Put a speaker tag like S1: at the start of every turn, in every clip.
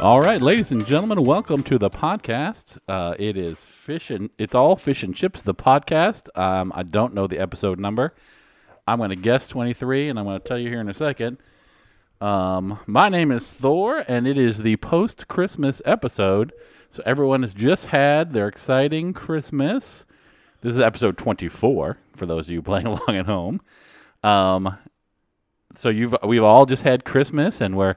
S1: All right, ladies and gentlemen, welcome to the podcast. Uh, it is fish and it's all fish and chips. The podcast. Um, I don't know the episode number. I'm going to guess 23, and I'm going to tell you here in a second. Um, my name is Thor, and it is the post Christmas episode. So everyone has just had their exciting Christmas. This is episode 24 for those of you playing along at home. Um, so you've we've all just had Christmas, and we're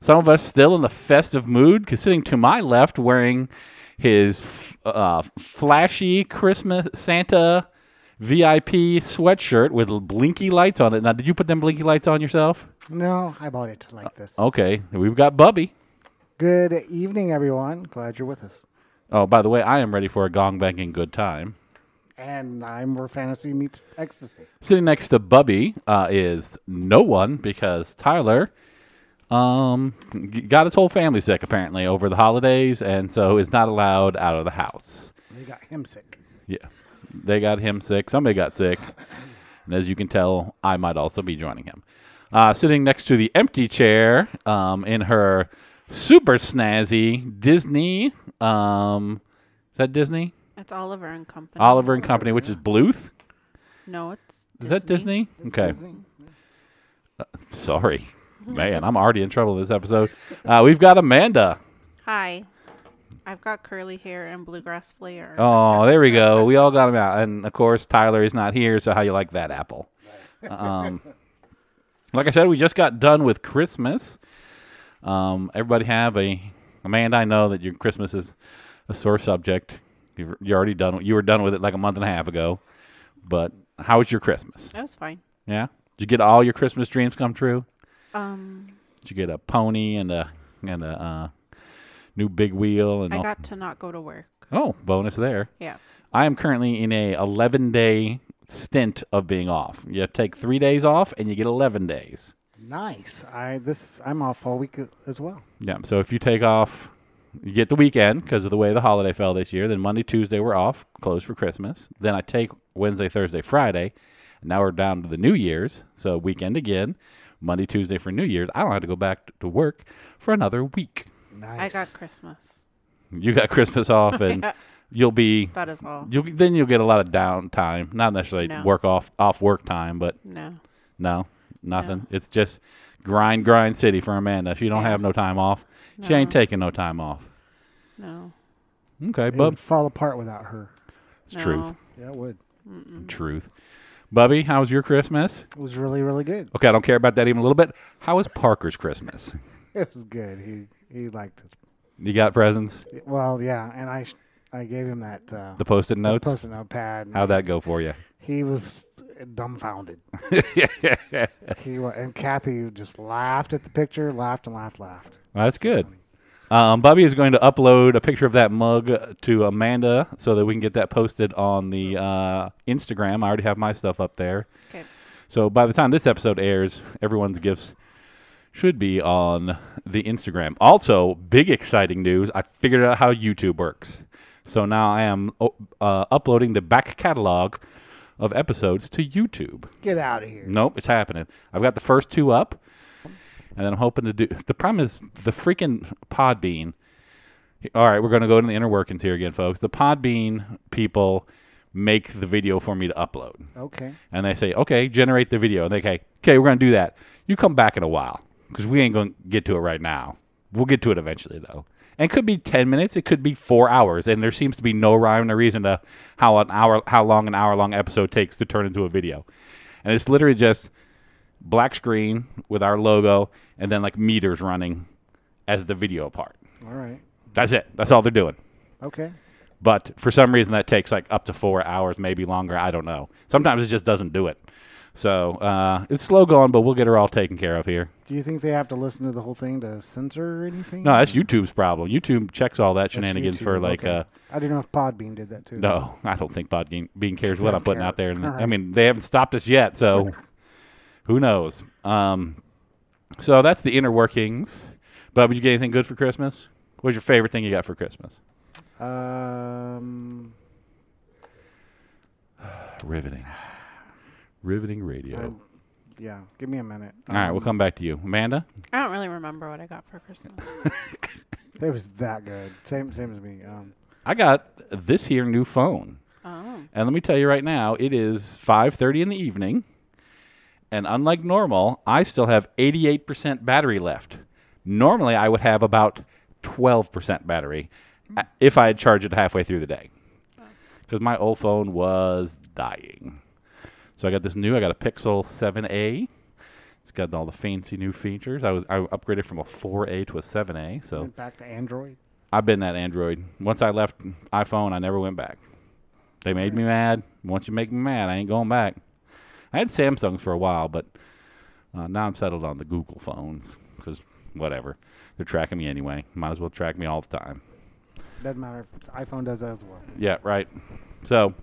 S1: some of us still in the festive mood. Because sitting to my left, wearing his f- uh, flashy Christmas Santa VIP sweatshirt with l- blinky lights on it. Now, did you put them blinky lights on yourself?
S2: No, I bought it like this.
S1: Okay, we've got Bubby.
S2: Good evening, everyone. Glad you're with us.
S1: Oh, by the way, I am ready for a gong banging good time.
S2: And I'm where fantasy meets ecstasy.
S1: Sitting next to Bubby uh, is no one because Tyler um, g- got his whole family sick apparently over the holidays, and so is not allowed out of the house.
S2: They got him sick.
S1: Yeah, they got him sick. Somebody got sick, and as you can tell, I might also be joining him. Uh, sitting next to the empty chair um, in her super snazzy Disney. Um, is that Disney?
S3: It's Oliver and Company.
S1: Oliver and Company, which is Bluth.
S3: No, it's.
S1: Is that Disney? Okay. Sorry. Man, I'm already in trouble this episode. Uh, we've got Amanda.
S3: Hi, I've got curly hair and bluegrass flair.
S1: Oh, there we go. We all got him out. And of course, Tyler is not here, so how you like that apple? Um, like I said, we just got done with Christmas. Um, everybody have a Amanda. I know that your Christmas is a sore subject. You've, you're already done. You were done with it like a month and a half ago. But how was your Christmas?
S3: That was fine.
S1: Yeah, did you get all your Christmas dreams come true?
S3: Um,
S1: Did you get a pony and a and a uh, new big wheel and
S3: I
S1: all-
S3: got to not go to work.
S1: oh bonus there.
S3: Yeah,
S1: I am currently in a 11 day stint of being off. You take three days off and you get 11 days.
S2: Nice. I this I'm off all week as well.
S1: Yeah. So if you take off, you get the weekend because of the way the holiday fell this year. Then Monday, Tuesday, we're off, closed for Christmas. Then I take Wednesday, Thursday, Friday. And now we're down to the New Year's. So weekend again, Monday, Tuesday for New Year's. I don't have to go back to work for another week.
S2: Nice.
S3: I got Christmas.
S1: You got Christmas off and you'll be.
S3: That is all.
S1: You'll, then you'll get a lot of downtime, not necessarily
S3: No.
S1: work off off work time, but
S3: No,
S1: No, nothing. It's just grind, grind city for Amanda. She don't
S3: Yeah.
S1: have no time off. She ain't taking no time off.
S3: no.
S1: Okay,
S2: It would
S1: bub.
S2: fall apart without her.
S1: It's truth.
S3: no.
S2: Yeah, it would.
S1: Truth. Bubby, how was your Christmas?
S2: It was really, really good.
S1: Okay, I don't care about that even a little bit. How was Parker's Christmas?
S2: It was good. He he liked it.
S1: You got presents?
S2: Well, yeah, and I sh- I gave him that uh,
S1: The post-it notes?
S2: post note pad. and
S1: How'd that go for you?
S2: He was dumbfounded. he wa- and Kathy just laughed at the picture, laughed and laughed, laughed.
S1: That's good. Um, Bubby is going to upload a picture of that mug to Amanda so that we can get that posted on the uh, Instagram. I already have my stuff up there.
S3: Okay.
S1: So by the time this episode airs, everyone's gifts should be on the Instagram. Also, big exciting news I figured out how YouTube works. So now I am o- uh, uploading the back catalog of episodes to YouTube.
S2: Get out of here.
S1: Nope, it's happening. I've got the first two up, and then I'm hoping to do. The problem is the freaking Podbean. All right, we're going to go into the inner workings here again, folks. The Podbean people make the video for me to upload
S2: Okay.
S1: and they say, okay, generate the video. And they say, okay, we're going to do that. You come back in a while because we ain't going to get to it right now. We'll get to it eventually, though. And it could be 10 minutes, it could be four hours. And there seems to be no rhyme or reason to how an hour, how long an hour long episode takes to turn into a video. And it's literally just black screen with our logo and then like meters running as the video part.
S2: All right.
S1: That's it. That's all they're doing.
S2: Okay.
S1: But for some reason, that takes like up to four hours, maybe longer. I don't know. Sometimes it just doesn't do it. So uh, it's slow going, but we'll get her all taken care of here.
S2: Do you think they have to listen to the whole thing to censor or anything?
S1: No, that's YouTube's problem. YouTube checks all that
S2: Mm-hmm. That's
S1: shenanigans
S2: YouTube,
S1: for like.
S2: okay.
S1: Uh,
S2: I don't know if Podbean did that too.
S1: no, I don't think Podbean Bean cares what I'm putting out there. And
S2: All right.
S1: I mean, they haven't stopped us yet, so who knows? Um, so that's the inner workings. But would you get anything good for Christmas? What was your favorite thing you got for Christmas?
S2: Um,
S1: Riveting. Riveting radio.
S2: I- yeah. Give me a minute. Um,
S1: all right, we'll come back to you. Amanda?
S3: I don't really remember what I got for Christmas.
S2: It was that good. Same same as me. Um,
S1: I got this here new phone.
S3: Oh.
S1: And let me tell you right now, it is 5:30 in the evening, and unlike normal, I still have 88% battery left. Normally, I would have about 12% battery uh, if I had charged it halfway through the day. Cuz my old phone was dying. So I got this new, I got a Pixel 7a. It's got all the fancy new features. I was I upgraded from a 4a to a 7a, so
S2: went back to Android.
S1: I've been that Android. Once I left iPhone, I never went back. They made me mad. Once you make me mad, I ain't going back. I had Samsungs for a while, but uh, now I'm settled on the Google phones because whatever. They're tracking me anyway. Might as well track me all the time.
S2: Doesn't matter. iPhone does that as well.
S1: Yeah, right. So,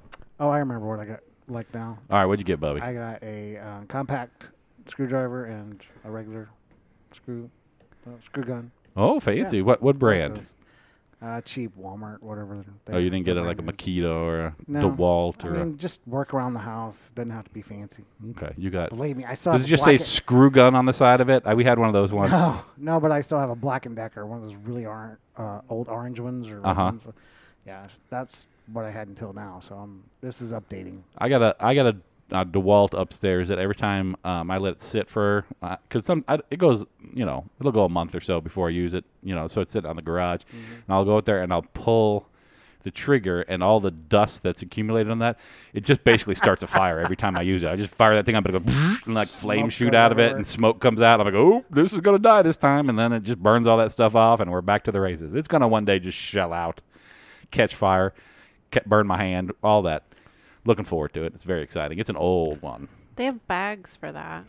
S2: Oh, I remember what I got. Like now,
S1: all right, what'd you get, Bubby?
S2: I got a uh, compact screwdriver and a regular screw uh, screw gun.
S1: oh, fancy. What what brand?
S2: Uh, cheap Walmart, whatever. they-
S1: Oh, you didn't get
S2: the
S1: it like a
S2: brand is.
S1: Makita or a
S2: No,
S1: DeWalt or
S2: I mean, just work around the house. Doesn't have to be fancy.
S1: a, okay. You got.
S2: Believe me, I still.
S1: Does it
S2: have a
S1: just say
S2: Black-
S1: screw gun on the side of it? I, we had one of those once.
S2: No, no, but I still have a Black and Decker, one of those really orange, uh, old orange ones or red
S1: Uh-huh.
S2: ones. Yeah, that's what I had until now. So I'm, this is updating.
S1: I got a I got a, uh Dewalt upstairs that every time um, I let it sit for because some I, it goes you know it'll go a month or so before I use it you know so it's sitting on the garage
S2: Mm-hmm.
S1: and I'll go out there and I'll pull the trigger and all the dust that's accumulated on that it just basically starts a fire every time I use it I just fire that thing up and it go and like flames
S2: Smoke
S1: shoot
S2: goes
S1: out of it
S2: everywhere.
S1: and smoke comes out I'm like oh this is gonna die this time and then it just burns all that stuff off and we're back to the races it's gonna one day just shell out catch fire, ca- burn my hand, all that. Looking forward to it. It's very exciting. It's an old one.
S3: They have bags for that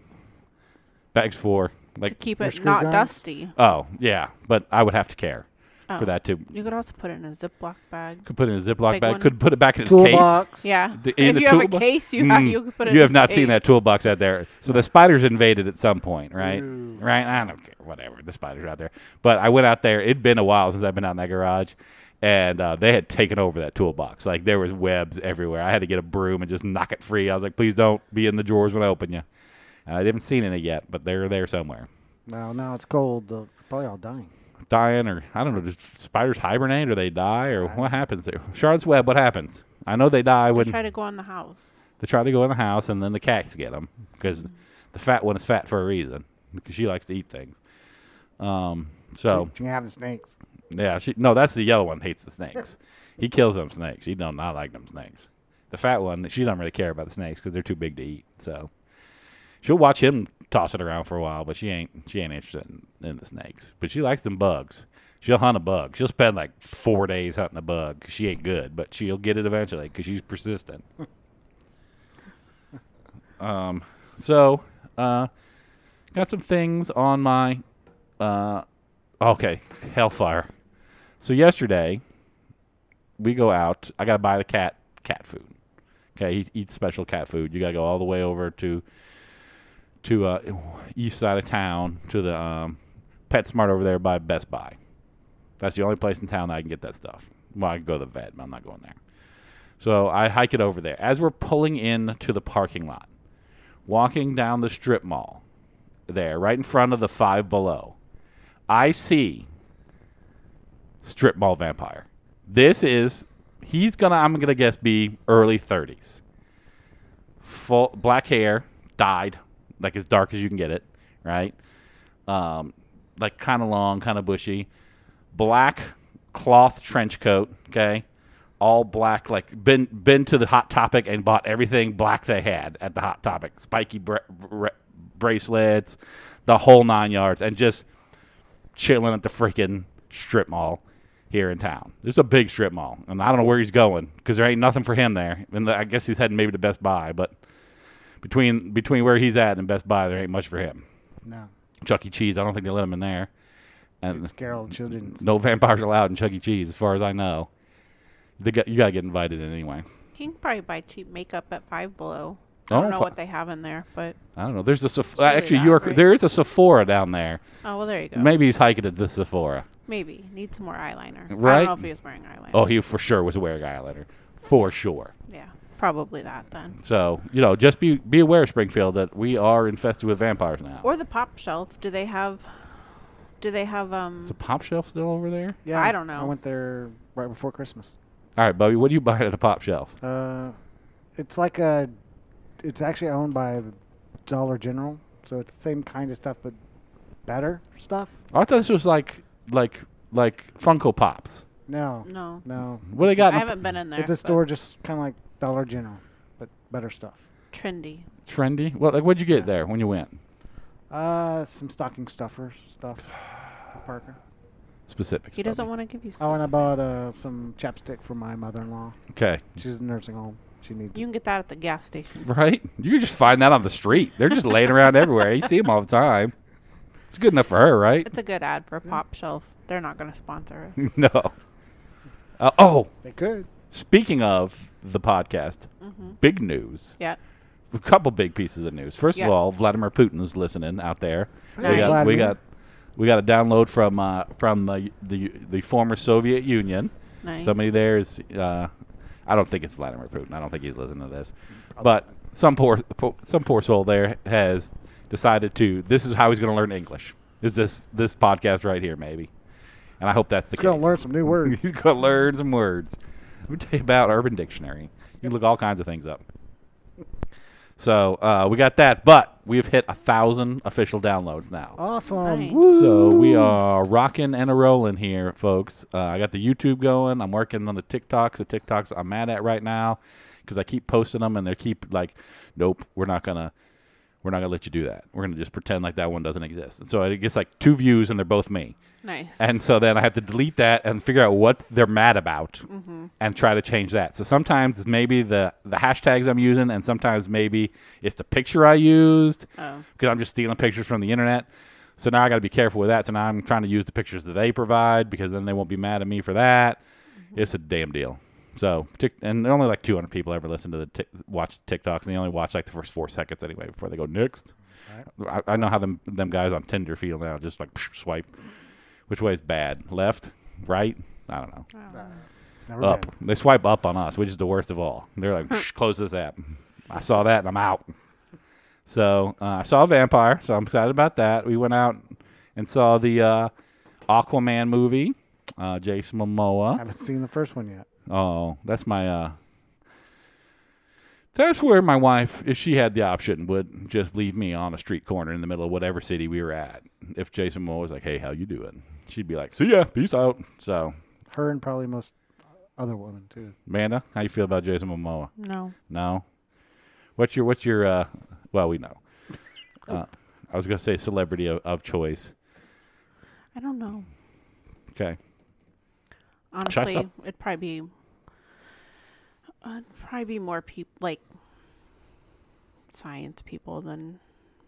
S1: Bags for
S3: to
S1: like
S3: keep
S2: Your
S3: it
S2: screw
S3: not
S2: gun?
S3: dusty.
S1: oh yeah, but I would have to care
S3: Oh.
S1: for that to
S3: You could also put it in a Ziploc bag.
S1: could put it in a Ziploc
S3: Big
S1: bag.
S3: one.
S1: Could put it back in its case.
S2: Toolbox.
S3: Yeah.
S1: The- in
S3: if
S1: the
S3: you have a
S1: toolbox?
S3: case, you have,
S1: Mm,
S3: you could put it.
S1: You
S3: in
S1: have
S3: a
S1: not seen that
S3: case.
S1: toolbox out there. So the spiders invaded at some point, right?
S2: Ooh.
S1: Right? I don't care. Whatever. The spiders out there. But I went out there. It'd been a while since I've been out in that garage. And uh, they had taken over that toolbox. Like there was webs everywhere. I had to get a broom and just knock it free. I was like, please don't be in the drawers when I open you. And I haven't seen any yet, but they're there somewhere.
S2: Well, now it's cold. They're probably all dying.
S1: Dying or I don't know, does spiders hibernate or they die or what happens there? Charlotte's Web, what happens? I know they die when
S3: Try to go in the house.
S1: they try to go in the house, and then the cats get them because the fat one is fat for a reason because she likes to eat things. Um, so
S2: You can have the snakes.
S1: yeah, she no, that's the yellow one hates the snakes. he kills them snakes. He don't not like them snakes. The fat one, she don't really care about the snakes because they're too big to eat. So she'll watch him toss it around for a while, but she ain't she ain't interested in, in the snakes. But she likes them bugs. She'll hunt a bug. She'll spend like four days hunting a bug. 'cause she ain't good, but she'll get it eventually because she's persistent. um, so uh, got some things on my uh, okay, Hellfire. So yesterday, we go out. I gotta buy the cat cat food. Okay, he eats special cat food. You gotta go all the way over to to uh, east side of town to the um, PetSmart over there by Best Buy. That's the only place in town that I can get that stuff. Well, I can go to the vet, but I'm not going there. So I hike it over there. As we're pulling in to the parking lot, walking down the strip mall, there, right in front of the Five Below, I see strip mall vampire. This is he's gonna I'm gonna guess be early 30s. Full black hair, dyed, like as dark as you can get it, right? Um, like kind of long, kind of bushy, black cloth trench coat. Okay, all black. Like been been to the Hot Topic and bought everything black they had at the Hot Topic. Spiky bra- bra- bracelets, the whole nine yards, and just chilling at the freaking strip mall here in town. There's a big strip mall, and I don't know where he's going because there ain't nothing for him there. And I guess he's heading maybe to Best Buy, but between between where he's at and Best Buy, there ain't much for him.
S2: No,
S1: Chuck E. Cheese, I don't think they let him in there, and
S2: scare all the children.
S1: no vampires allowed in Chuck E. Cheese, as far as I know. They got, you gotta get invited in anyway.
S3: You can probably buy cheap makeup at Five Below. I
S1: Oh,
S3: don't know
S1: fi-
S3: what they have in there, but
S1: I don't know. There's a Seph-
S3: Surely
S1: actually
S3: not,
S1: you are
S3: right?
S1: there is a Sephora down there.
S3: oh well, there you go. Maybe,
S1: Maybe he's hiking at the Sephora.
S3: need some more eyeliner. I
S1: Right?
S3: don't know if he was wearing eyeliner.
S1: Oh, he for sure was wearing eyeliner, for sure.
S3: Yeah, probably that then.
S1: So you know, just be be aware, Springfield, that we are infested with vampires now.
S3: Or the pop shelf. Do they have Do they have um?
S1: Is the pop shelf still over there?
S2: Yeah,
S3: I don't know.
S2: I went there right before Christmas.
S1: All right, Bubby, what do you buy at a pop shelf?
S2: Uh, it's like a, it's actually owned by Dollar General, so it's the same kind of stuff but better stuff.
S1: I thought this was like like like Funko Pops.
S2: No,
S3: No,
S2: no,
S1: What do they got? in
S3: I
S1: a-
S3: haven't been in there.
S2: it's a
S3: but
S2: store just kind of like Dollar General, but better stuff.
S3: Trendy.
S1: trendy. Well, like what'd you get there when you went
S2: Uh, some stocking stuffers stuff. for Parker.
S1: specifics?
S3: He doesn't
S1: Bubby.
S3: want to give you.
S2: Oh, and I
S3: specific-
S2: bought uh, some chapstick for my mother-in-law.
S1: Okay,
S2: She's in a nursing home. She needs.
S3: You can get that at the gas station.
S1: right? You can just find that on the street. They're just laying around everywhere. You see them all the time. It's good enough for her, right?
S3: It's a good ad for Pop Shelf. They're not going to sponsor
S1: Hmm.
S3: us.
S1: no. Uh, oh,
S2: They could.
S1: speaking of the podcast,
S3: Mm-hmm.
S1: big news.
S3: yeah.
S1: a couple big pieces of news. First
S3: Yeah.
S1: of all, Vladimir Putin's listening out there. We
S3: Nice.
S1: got we
S2: Vladimir.
S1: got we got a download from uh, from the, the the former Soviet Union.
S3: Nice.
S1: Somebody there is. Uh, I don't think it's Vladimir Putin. I don't think he's listening to this. But some poor po- some poor soul there has decided to. This is how he's going to learn English. Is this this podcast right here? Maybe. And I hope that's the
S2: She's
S1: case.
S2: gonna learn some new words.
S1: He's gonna learn some words. Let me tell you about Urban Dictionary. You can look all kinds of things up. So uh, we got that, but we have hit a thousand official downloads now.
S2: Awesome.
S3: Nice.
S2: Woo.
S1: So we are rocking and a rolling here, folks. Uh, I got the YouTube going. I'm working on the TikToks. The TikToks I'm mad at right now because I keep posting them and they keep like, nope, we're not gonna, we're not gonna let you do that. We're gonna just pretend like that one doesn't exist. And so it gets like two views and they're both me.
S3: Nice.
S1: And so then I have to delete that and figure out what they're mad about and try to change that. So sometimes it's maybe the, the hashtags I'm using, and sometimes maybe it's the picture I used
S3: oh,
S1: because I'm just stealing pictures from the internet. So now I got to be careful with that. So now I'm trying to use the pictures that they provide because then they won't be mad at me for that. It's a damn deal. So tick, and only like 200 people ever listen to the tick, watch TikToks, and they only watch like the first four seconds anyway before they go next. I, I know how them them guys on Tinder feel now. Just like psh, swipe, which way is bad? Left, right? I don't know.
S2: Never
S1: Up.
S2: been.
S1: They swipe up on us, which is the worst of all. They're like, "Psh, close this app. I saw that and I'm out. So uh, I saw Vampire, so I'm excited about that. We went out and saw the uh, Aquaman movie, uh, Jason Momoa.
S2: Haven't seen the first one yet.
S1: Oh, that's my. Uh, that's where my wife, if she had the option, would just leave me on a street corner in the middle of whatever city we were at. If Jason Momoa was like, "Hey, how you doing?" She'd be like, "See ya, peace out." So,
S2: Her and probably most other women too.
S1: Amanda, how you feel about Jason Momoa?
S3: no.
S1: No. What's your what's your uh well we know.
S3: Oh.
S1: Uh, I was gonna say celebrity of, of choice.
S3: I don't know.
S1: Okay. I
S3: Honestly,
S1: stop?
S3: it'd probably be. Uh, it'd probably be more people like science people than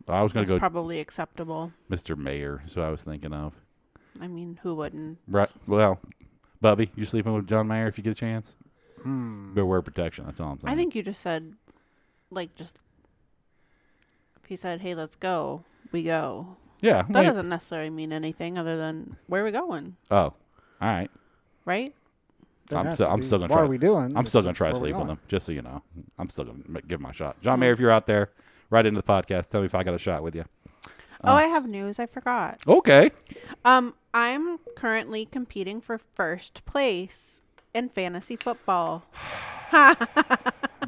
S1: I was gonna
S3: it's
S1: go
S3: probably acceptable.
S1: Mr. Mayor, so I was thinking of.
S3: I mean, who wouldn't?
S1: Right well, Bubby, you sleeping with John Mayer if you get a chance?
S2: Hmm.
S1: But wear protection, that's all I'm saying.
S3: I think you just said, like, just if he said, "Hey, let's go," we go.
S1: Yeah.
S3: That
S1: wait-
S3: doesn't necessarily mean anything other than where are we going,
S1: oh. All right.
S3: right?
S2: There
S1: I'm
S2: has
S1: still-
S2: to
S1: I'm
S2: be.
S1: still gonna
S2: What
S1: try-
S2: are we doing?
S1: I'm still gonna try to
S2: Where we
S1: sleep with
S2: going?
S1: him, just so you know. I'm still gonna ma- give him my shot.
S3: Mm-hmm.
S1: John Mayer, if you're out there, right into the podcast, tell me if I got a shot with you. Uh.
S3: oh, I have news. I forgot.
S1: Okay.
S3: Um, I'm currently competing for first place in fantasy football.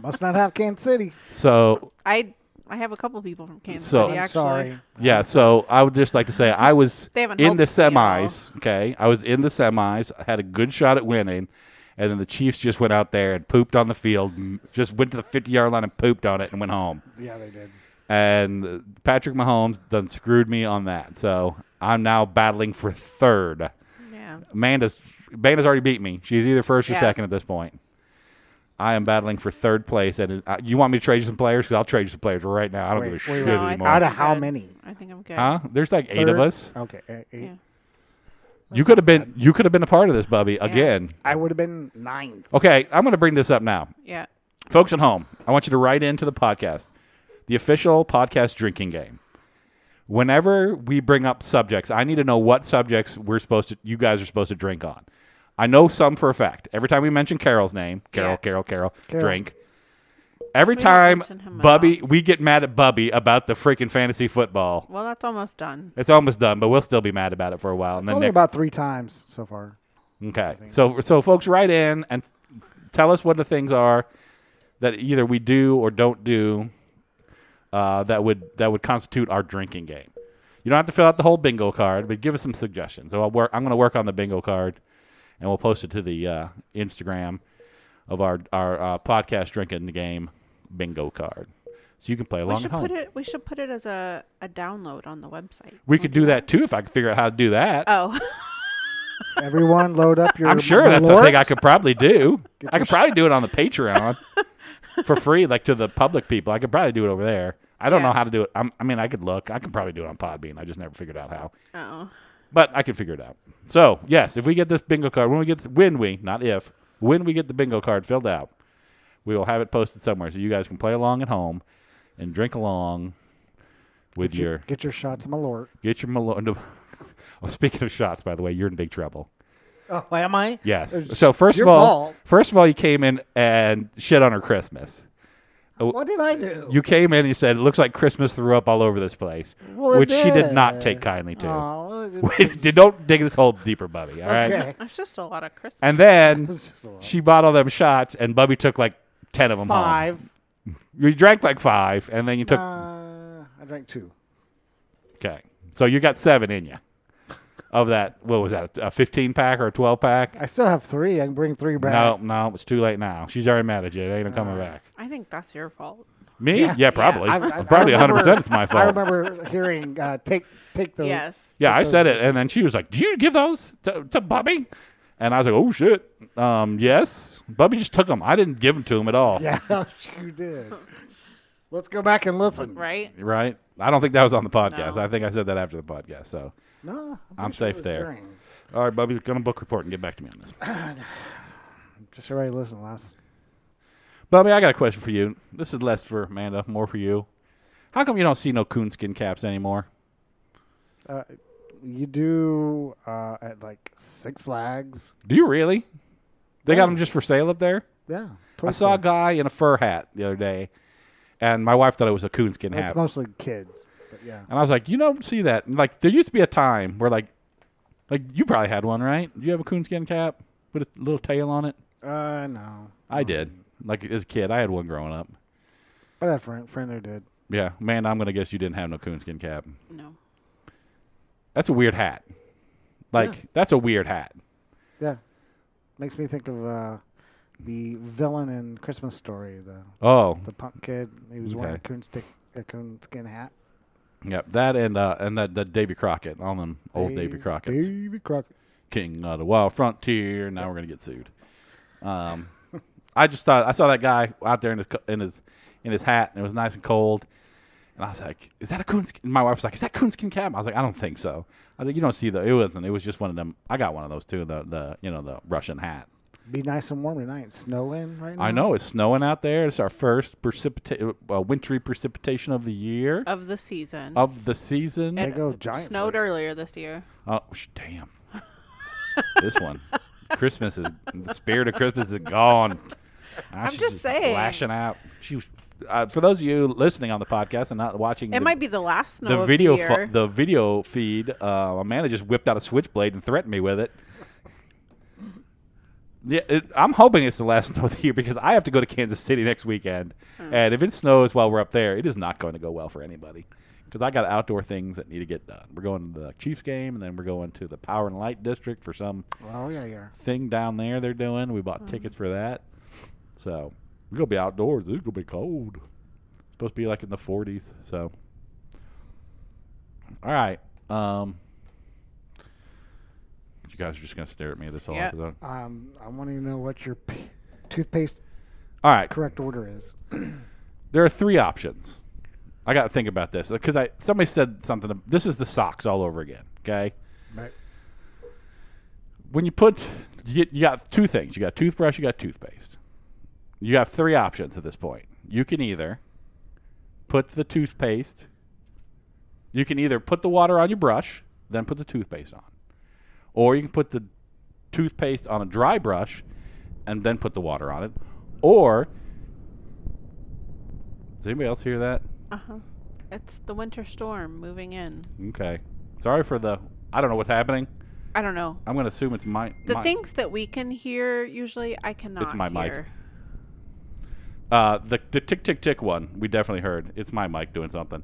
S2: Must not have Kansas City.
S1: So
S3: I I have a couple people from Kansas
S1: So-
S3: City
S2: I'm
S3: actually.
S2: sorry.
S1: Yeah, so I would just like to say I was
S3: They haven't
S1: in the
S3: helped me at all.
S1: semis. Okay, I was in the semis. I had a good shot at winning, and then the Chiefs just went out there and pooped on the field. m- Just went to the fifty-yard line and pooped on it and went home.
S2: Yeah, they did.
S1: And uh, Patrick Mahomes done screwed me on that. So I'm now battling for third.
S3: Yeah.
S1: Amanda's Amanda's already beat me. She's either first or
S3: Yeah.
S1: second at this point. I am battling for third place, and uh, you want me to trade you some players? Because I'll trade you some players right now. I don't
S2: Wait,
S1: give a
S2: wait,
S1: shit
S2: wait.
S3: No, I
S1: anymore.
S2: Out of
S3: think I'm
S2: how
S3: good.
S2: many?
S3: I think I'm good.
S1: Huh? There's like eight of
S2: Third?
S1: us.
S2: Okay. eh, eight.
S3: Yeah.
S1: You could have been you could have been a part of this, Bubby, again.
S2: I would have been ninth.
S1: Okay, I'm going to bring this up now.
S3: Yeah.
S1: Folks at home, I want you to write into the podcast. The official podcast drinking game. Whenever we bring up subjects, I need to know what subjects we're supposed to you guys are supposed to drink on. I know some for a fact. Every time we mention Carol's name, Carol,
S3: Yeah.
S1: Carol, Carol,
S2: Carol.
S1: drink. Every
S3: We don't
S1: time
S3: mention him at
S1: Bubby, we get mad at Bubby about the freaking fantasy football.
S3: Well, that's almost done.
S1: It's almost done, but we'll still be mad about it for a while. And then
S2: Only
S1: next,
S2: about three times so far.
S1: okay, so so folks, write in and tell us what the things are that either we do or don't do uh, that would that would constitute our drinking game. You don't have to fill out the whole bingo card, but give us some suggestions. So I'll work, I'm going to work on the bingo card, and we'll post it to the uh, Instagram of our our uh, podcast drinking game bingo card, so you can play
S3: We
S1: along at
S3: should
S1: home.
S3: put it. We should put it as a, a download on the website.
S1: we could do that too if I could figure out how to do that.
S3: Oh,
S2: Everyone, load up your.
S1: I'm sure that's
S2: Malort.
S1: something I could probably do.
S2: Get
S1: I
S2: your
S1: could probably do it on the Patreon for free, like to the public people. I could probably do it over there. I don't
S3: Yeah.
S1: know how to do it. I'm, I mean, I could look. I could probably do it on Podbean. I just never figured out how,
S3: oh,
S1: but I could figure it out. So yes, if we get this bingo card, when we get when we not if when we get the bingo card filled out, we will have it posted somewhere so you guys can play along at home and drink along with
S2: Get your,
S1: your
S2: get your shots of Malort.
S1: get your Malone. Oh, speaking of shots, by the way, you're in big trouble.
S2: Oh, am I?
S1: Yes.
S2: It's
S1: So first
S2: your
S1: of all,
S2: fault.
S1: first of all, you came in and shit on her Christmas.
S2: What did I do?
S1: You came in and you said it looks like Christmas threw up all over this place,
S2: Well, it
S1: which she did not
S2: did.
S1: take kindly to.
S2: Oh, well, it-
S1: Wait, did- don't dig this hole deeper, Bubby. All right.
S2: Okay.
S3: that's just a lot of Christmas.
S1: And then
S2: It's just a lot.
S1: she bought all them shots, and Bubby took like ten of them
S2: Five.
S1: home. You drank like five, and then you took.
S2: Uh, I drank two.
S1: okay, so you got seven in you. Of that, what was that? A fifteen pack or a twelve pack?
S2: I still have three. I can bring three back.
S1: No, no, it's too late now. She's already mad at you. It ain't no coming back.
S3: I think that's your fault.
S1: Me?
S2: Yeah.
S1: Yeah, probably.
S2: I- I- I
S1: probably
S2: remember-
S1: 100% it's my fault.
S2: I remember hearing uh, take take the
S3: Yes.
S1: yeah, I
S2: those-
S1: said it. And then she was like, Did you give those to, to Bubby? And I was like, Oh, shit. Um, yes. Bubby just took them. I didn't give them to him at all.
S2: Yeah, you did. Let's go back and listen.
S3: Right.
S1: Right? I don't think that was on the podcast.
S3: No.
S1: I think I said that after the podcast. So,
S2: No,
S1: I'm
S2: pretty
S1: safe
S2: it was
S1: there.
S2: during.
S1: all right, Bubby, going to book report and get back to me on this.
S2: Just everybody listen last.
S1: Bubby, I got a question for you. This is less for Amanda, more for you. How come you don't see no coonskin caps anymore?
S2: Uh, you do uh, at like Six Flags.
S1: Do you really? They got 'em got them just for sale up there?
S2: Yeah,
S1: I saw a guy in a fur hat the other day, and my wife thought it was a coonskin
S2: It's
S1: hat.
S2: mostly kids, but yeah.
S1: and I was like, you don't see that. And, Like there used to be a time where like, like you probably had one, right? You have a coonskin cap with a little tail on it.
S2: Uh, no, Um,
S1: I did. Like as a kid, I had one growing up.
S2: but that friend friend there did.
S1: Yeah, man, I'm gonna guess you didn't have no coonskin cap.
S3: No.
S1: That's a weird hat. Like that's a weird hat.
S2: Yeah, makes me think of uh, the villain in Christmas Story, the
S1: Oh,
S2: the punk kid. He was wearing a
S1: Okay.
S2: coon stick, a coon skin hat.
S1: yep. That and uh and that that Davy Crockett, all them old Davy Crockett,
S2: Davy Crockett.
S1: king of uh, the wild frontier. Now we're gonna get sued. Um, I just thought I saw that guy out there in his co- in his in his hat, and it was nice and cold. And I was like, "Is that a coonskin?" And my wife was like, "Is that coonskin cap?" I was like, "I don't think so." I was like, "You don't see the it wasn't. It was just one of them. I got one of those too. The the you know the Russian hat.
S2: Be nice and warm tonight. It's snowing right now.
S1: I know it's snowing out there. It's our first precipita- uh, wintry precipitation of the year
S3: Of the season.
S1: of the season.
S2: They go giant.
S3: Snowed earlier this year.
S1: Oh, sh- damn. this one. Christmas is the spirit of Christmas is gone. I'm
S3: just saying.
S1: Lashing out. She was, uh, for those of you listening on the podcast and not watching
S3: It
S1: the,
S3: might be the last snow.
S1: the
S3: of
S1: video
S3: The,
S1: fo-
S3: year.
S1: the video feed, uh, Amanda just whipped out a switchblade and threatened me with it. Yeah, it, I'm hoping it's the last snow of the year because I have to go to Kansas City next weekend, and if it snows while we're up there, it is not going to go well for anybody. Because I got outdoor things that need to get done. We're going to the Chiefs game, and then we're going to the Power and Light District for some
S2: Oh yeah, yeah.
S1: thing down there they're doing. We bought tickets for that, so we're gonna be outdoors. It's gonna be cold. It's supposed to be like in the 40s. So, all right. Um, you guys are just gonna stare at me this whole
S3: Yeah.
S1: episode.
S2: Um, I want to know what your p- toothpaste
S1: All right.
S2: correct order is.
S1: There are three options. I got to think about this because I somebody said something. ab- This is the socks all over again. Okay.
S2: Right.
S1: when you put you, get, you got two things you got toothbrush you got toothpaste you have three options at this point you can either put the toothpaste you can either put the water on your brush then put the toothpaste on or you can put the toothpaste on a dry brush and then put the water on it or Does anybody else hear that?
S3: Uh huh. It's the winter storm moving in.
S1: Okay. Sorry for the. I don't know what's happening.
S3: I don't know.
S1: I'm going to assume it's my.
S3: The
S1: my-
S3: things that we can hear usually, I cannot.
S1: my mic.
S3: hear.
S1: Uh, the the tick tick tick one we definitely heard. It's my mic doing something.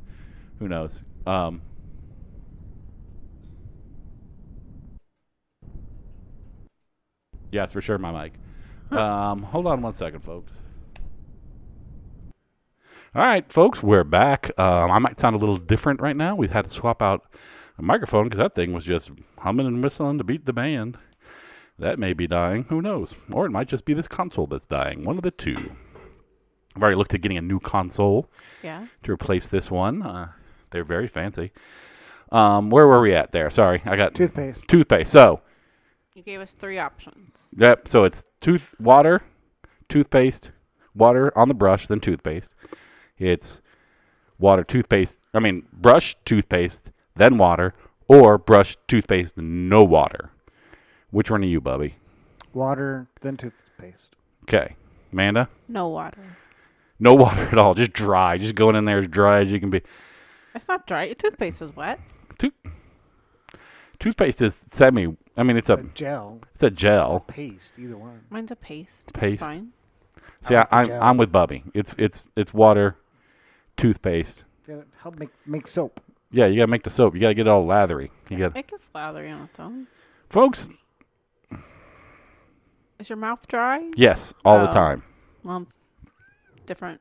S1: Who knows? Um, yeah, it's for sure my mic. Um, hold on one second, folks. All right, folks, we're back. Um, I might sound a little different right now. We had to swap out a microphone because that thing was just humming and whistling to beat the band. That may be dying. Who knows? Or it might just be this console that's dying. One of the two. I've already looked at getting a new console
S3: Yeah.
S1: to replace this one. Uh, they're very fancy. Um, where were we at there? Sorry, I got
S2: Toothpaste.
S1: toothpaste. So,
S3: You gave us three options.
S1: yep. So it's tooth water, toothpaste, water on the brush, then toothpaste. It's water, toothpaste. I mean, brush, toothpaste, then water, or brush, toothpaste, no water. Which one are you, Bubby?
S2: Water, then toothpaste.
S1: Okay, Amanda.
S3: No water.
S1: No water at all. Just dry. Just going in there as dry as you can be.
S3: It's not dry. Your toothpaste is wet.
S1: Tooth- toothpaste is semi. I mean, it's a
S2: A gel,
S1: it's a gel.
S2: paste, either one.
S3: Mine's a paste.
S1: Paste.
S3: It's fine.
S1: See, I,
S2: like the
S1: I'm
S2: gel.
S1: I'm with Bubby. It's it's it's water, toothpaste.
S2: Yeah, help make make soap.
S1: Yeah, you gotta make the soap. You gotta get it all lathery. You got to
S3: It gets lathery on its own.
S1: folks.
S3: Is your mouth dry?
S1: Yes, all the
S3: Oh.
S1: time.
S3: Well, different.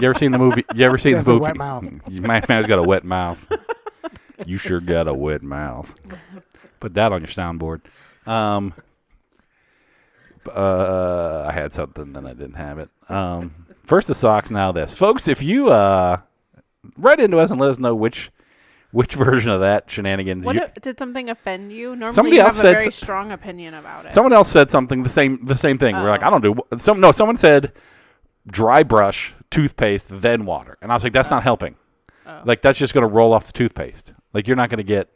S1: You ever seen the movie? You ever seen
S2: He has
S1: the
S2: a
S1: movie?
S2: wet mouth.
S1: You- My man's got a wet mouth. You sure got a wet mouth. Put that on your soundboard. Um, b- uh, I had something, then I didn't have it. Um, first the socks, now this, folks. If you uh, write into us and let us know which which version of that shenanigans.
S3: What
S1: you,
S3: if- did something offend you? Normally,
S1: Somebody
S3: you
S1: else
S3: have
S1: said
S3: a very
S1: s-
S3: strong opinion about it.
S1: someone else said something the same the same thing. We're like,
S3: Uh-oh.
S1: I don't do wh- some. No, someone said dry brush, toothpaste, then water, and I was like, that's not helping.
S3: Oh.
S1: Like that's just going to roll off the toothpaste. Like you're not going to get,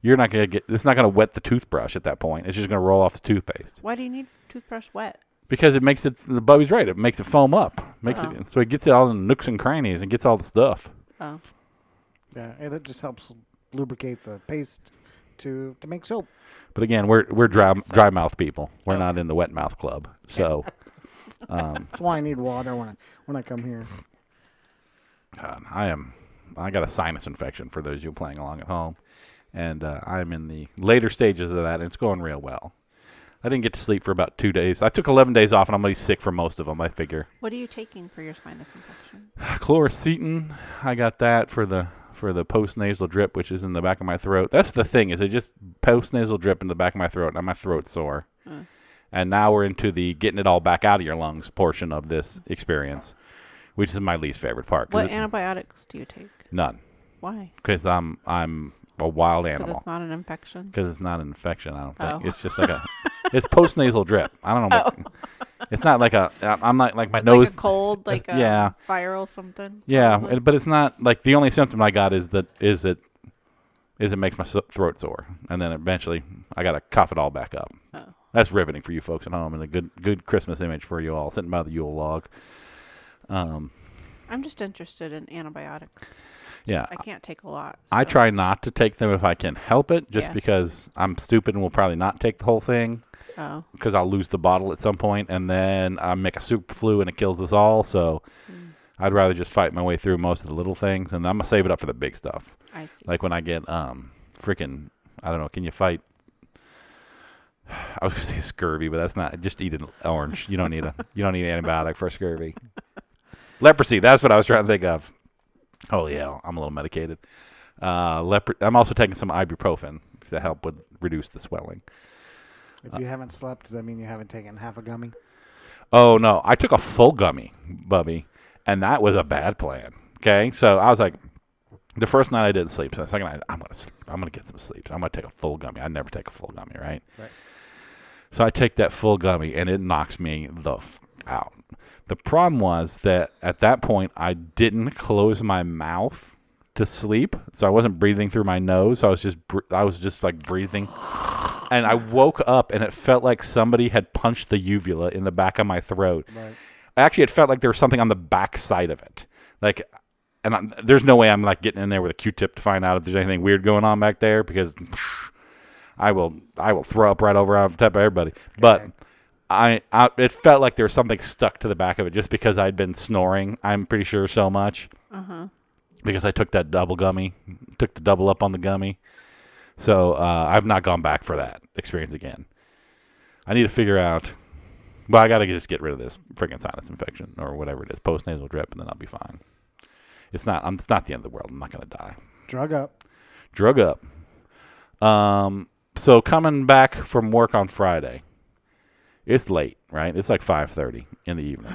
S1: you're not going to get. It's not going to wet the toothbrush at that point. It's just going to roll off the toothpaste
S3: Why do you need toothbrush wet?
S1: because it makes it. The Bubby's right. It makes it foam up. Makes
S3: Oh.
S1: it so it gets it all in the nooks and crannies and gets all the stuff.
S3: Oh,
S2: Yeah, and it just helps lubricate the paste to to make soap.
S1: But again, we're we're dry dry mouth people. We're
S3: Okay.
S1: not in the wet mouth club. So, um,
S2: That's why I need water when I when I come here.
S1: God, I am. I got a sinus infection for those of you playing along at home, and uh, I'm in the later stages of that, and it's going real well. I didn't get to sleep for about two days. I took 11 days off, and I'm gonna be sick for most of them. I figure.
S3: what are you taking for your sinus infection?
S1: Chlorocetin, I got that for the for the post nasal drip, which is in the back of my throat. That's the thing is, it just post nasal drip in the back of my throat, and my throat's sore.
S3: Mm.
S1: And now we're into the getting it all back out of your lungs portion of this experience, which is my least favorite part. 'cause
S3: What
S1: it's-
S3: antibiotics do you take?
S1: none,
S3: Why?
S1: because I'm I'm a wild
S3: Because
S1: animal.
S3: it's not an infection.
S1: Because it's not an infection, I don't think.
S3: Oh.
S1: It's just like a, it's post nasal drip. I don't know. What, It's not like a. I- I'm not like my nose.
S3: Oh. like a cold, like a
S1: yeah.
S3: viral something.
S1: Yeah,
S3: probably?
S1: it- but it's not like the only symptom I got is that is it is it makes my so- throat sore, and then eventually I gotta cough it all back up.
S3: Oh.
S1: That's riveting for you folks at home, and a good good Christmas image for you all sitting by the Yule log. Um,
S3: I'm just interested in antibiotics.
S1: yeah,
S3: I can't take a lot.
S1: I
S3: so-
S1: try not to take them if I can help it, just
S3: Yeah.
S1: because I'm stupid and will probably not take the whole thing
S3: Oh,
S1: because I'll lose the bottle at some point, and then I make a super flu and it kills us all. So
S3: Mm,
S1: I'd rather just fight my way through most of the little things, and I'm gonna save it up for the big stuff.
S3: I see.
S1: like when I get um freaking I don't know, can you fight? I was gonna say scurvy, but that's not. Just eat an orange. You don't need a. You don't need an antibiotic for scurvy. Leprosy. That's what I was trying to think of. Holy hell! I'm a little medicated. Uh, lepr- I'm also taking some ibuprofen to help with reduce the swelling.
S2: If you haven't slept, does that mean you haven't taken half a gummy?
S1: Oh no, I took a full gummy, Bubby, and that was a bad plan. Okay, so I was like, the first night I didn't sleep. So the second night, I'm gonna, s- I'm gonna get some sleep. So I'm gonna take a full gummy. I never take a full gummy, right?
S2: Right.
S1: So I take that full gummy, and it knocks me the f- out. The problem was that at that point I didn't close my mouth to sleep, so I wasn't breathing through my nose. I was just, br- I was just like breathing and I woke up and it felt like somebody had punched the uvula in the back of my throat.
S2: Right.
S1: Actually, it felt like there was something on the back side of it. Like, and I'm, there's no way I'm like getting in there with a Q-tip to find out if there's anything weird going on back there because I will I will throw up right over on top of everybody. But I, I it felt like there was something stuck to the back of it just because I'd been snoring. I'm pretty sure so much
S3: Uh huh.
S1: because I took that double gummy, took the double up on the gummy. So uh, I've not gone back for that experience again. I need to figure out. Well, I gotta just get rid of this freaking sinus infection or whatever it is, post nasal drip, and then I'll be fine. It's not. I'm, it's not the end of the world. I'm not gonna die.
S2: Drug up.
S1: Drug up. Um. So coming back from work on Friday, it's late, right? It's like five thirty in the evening.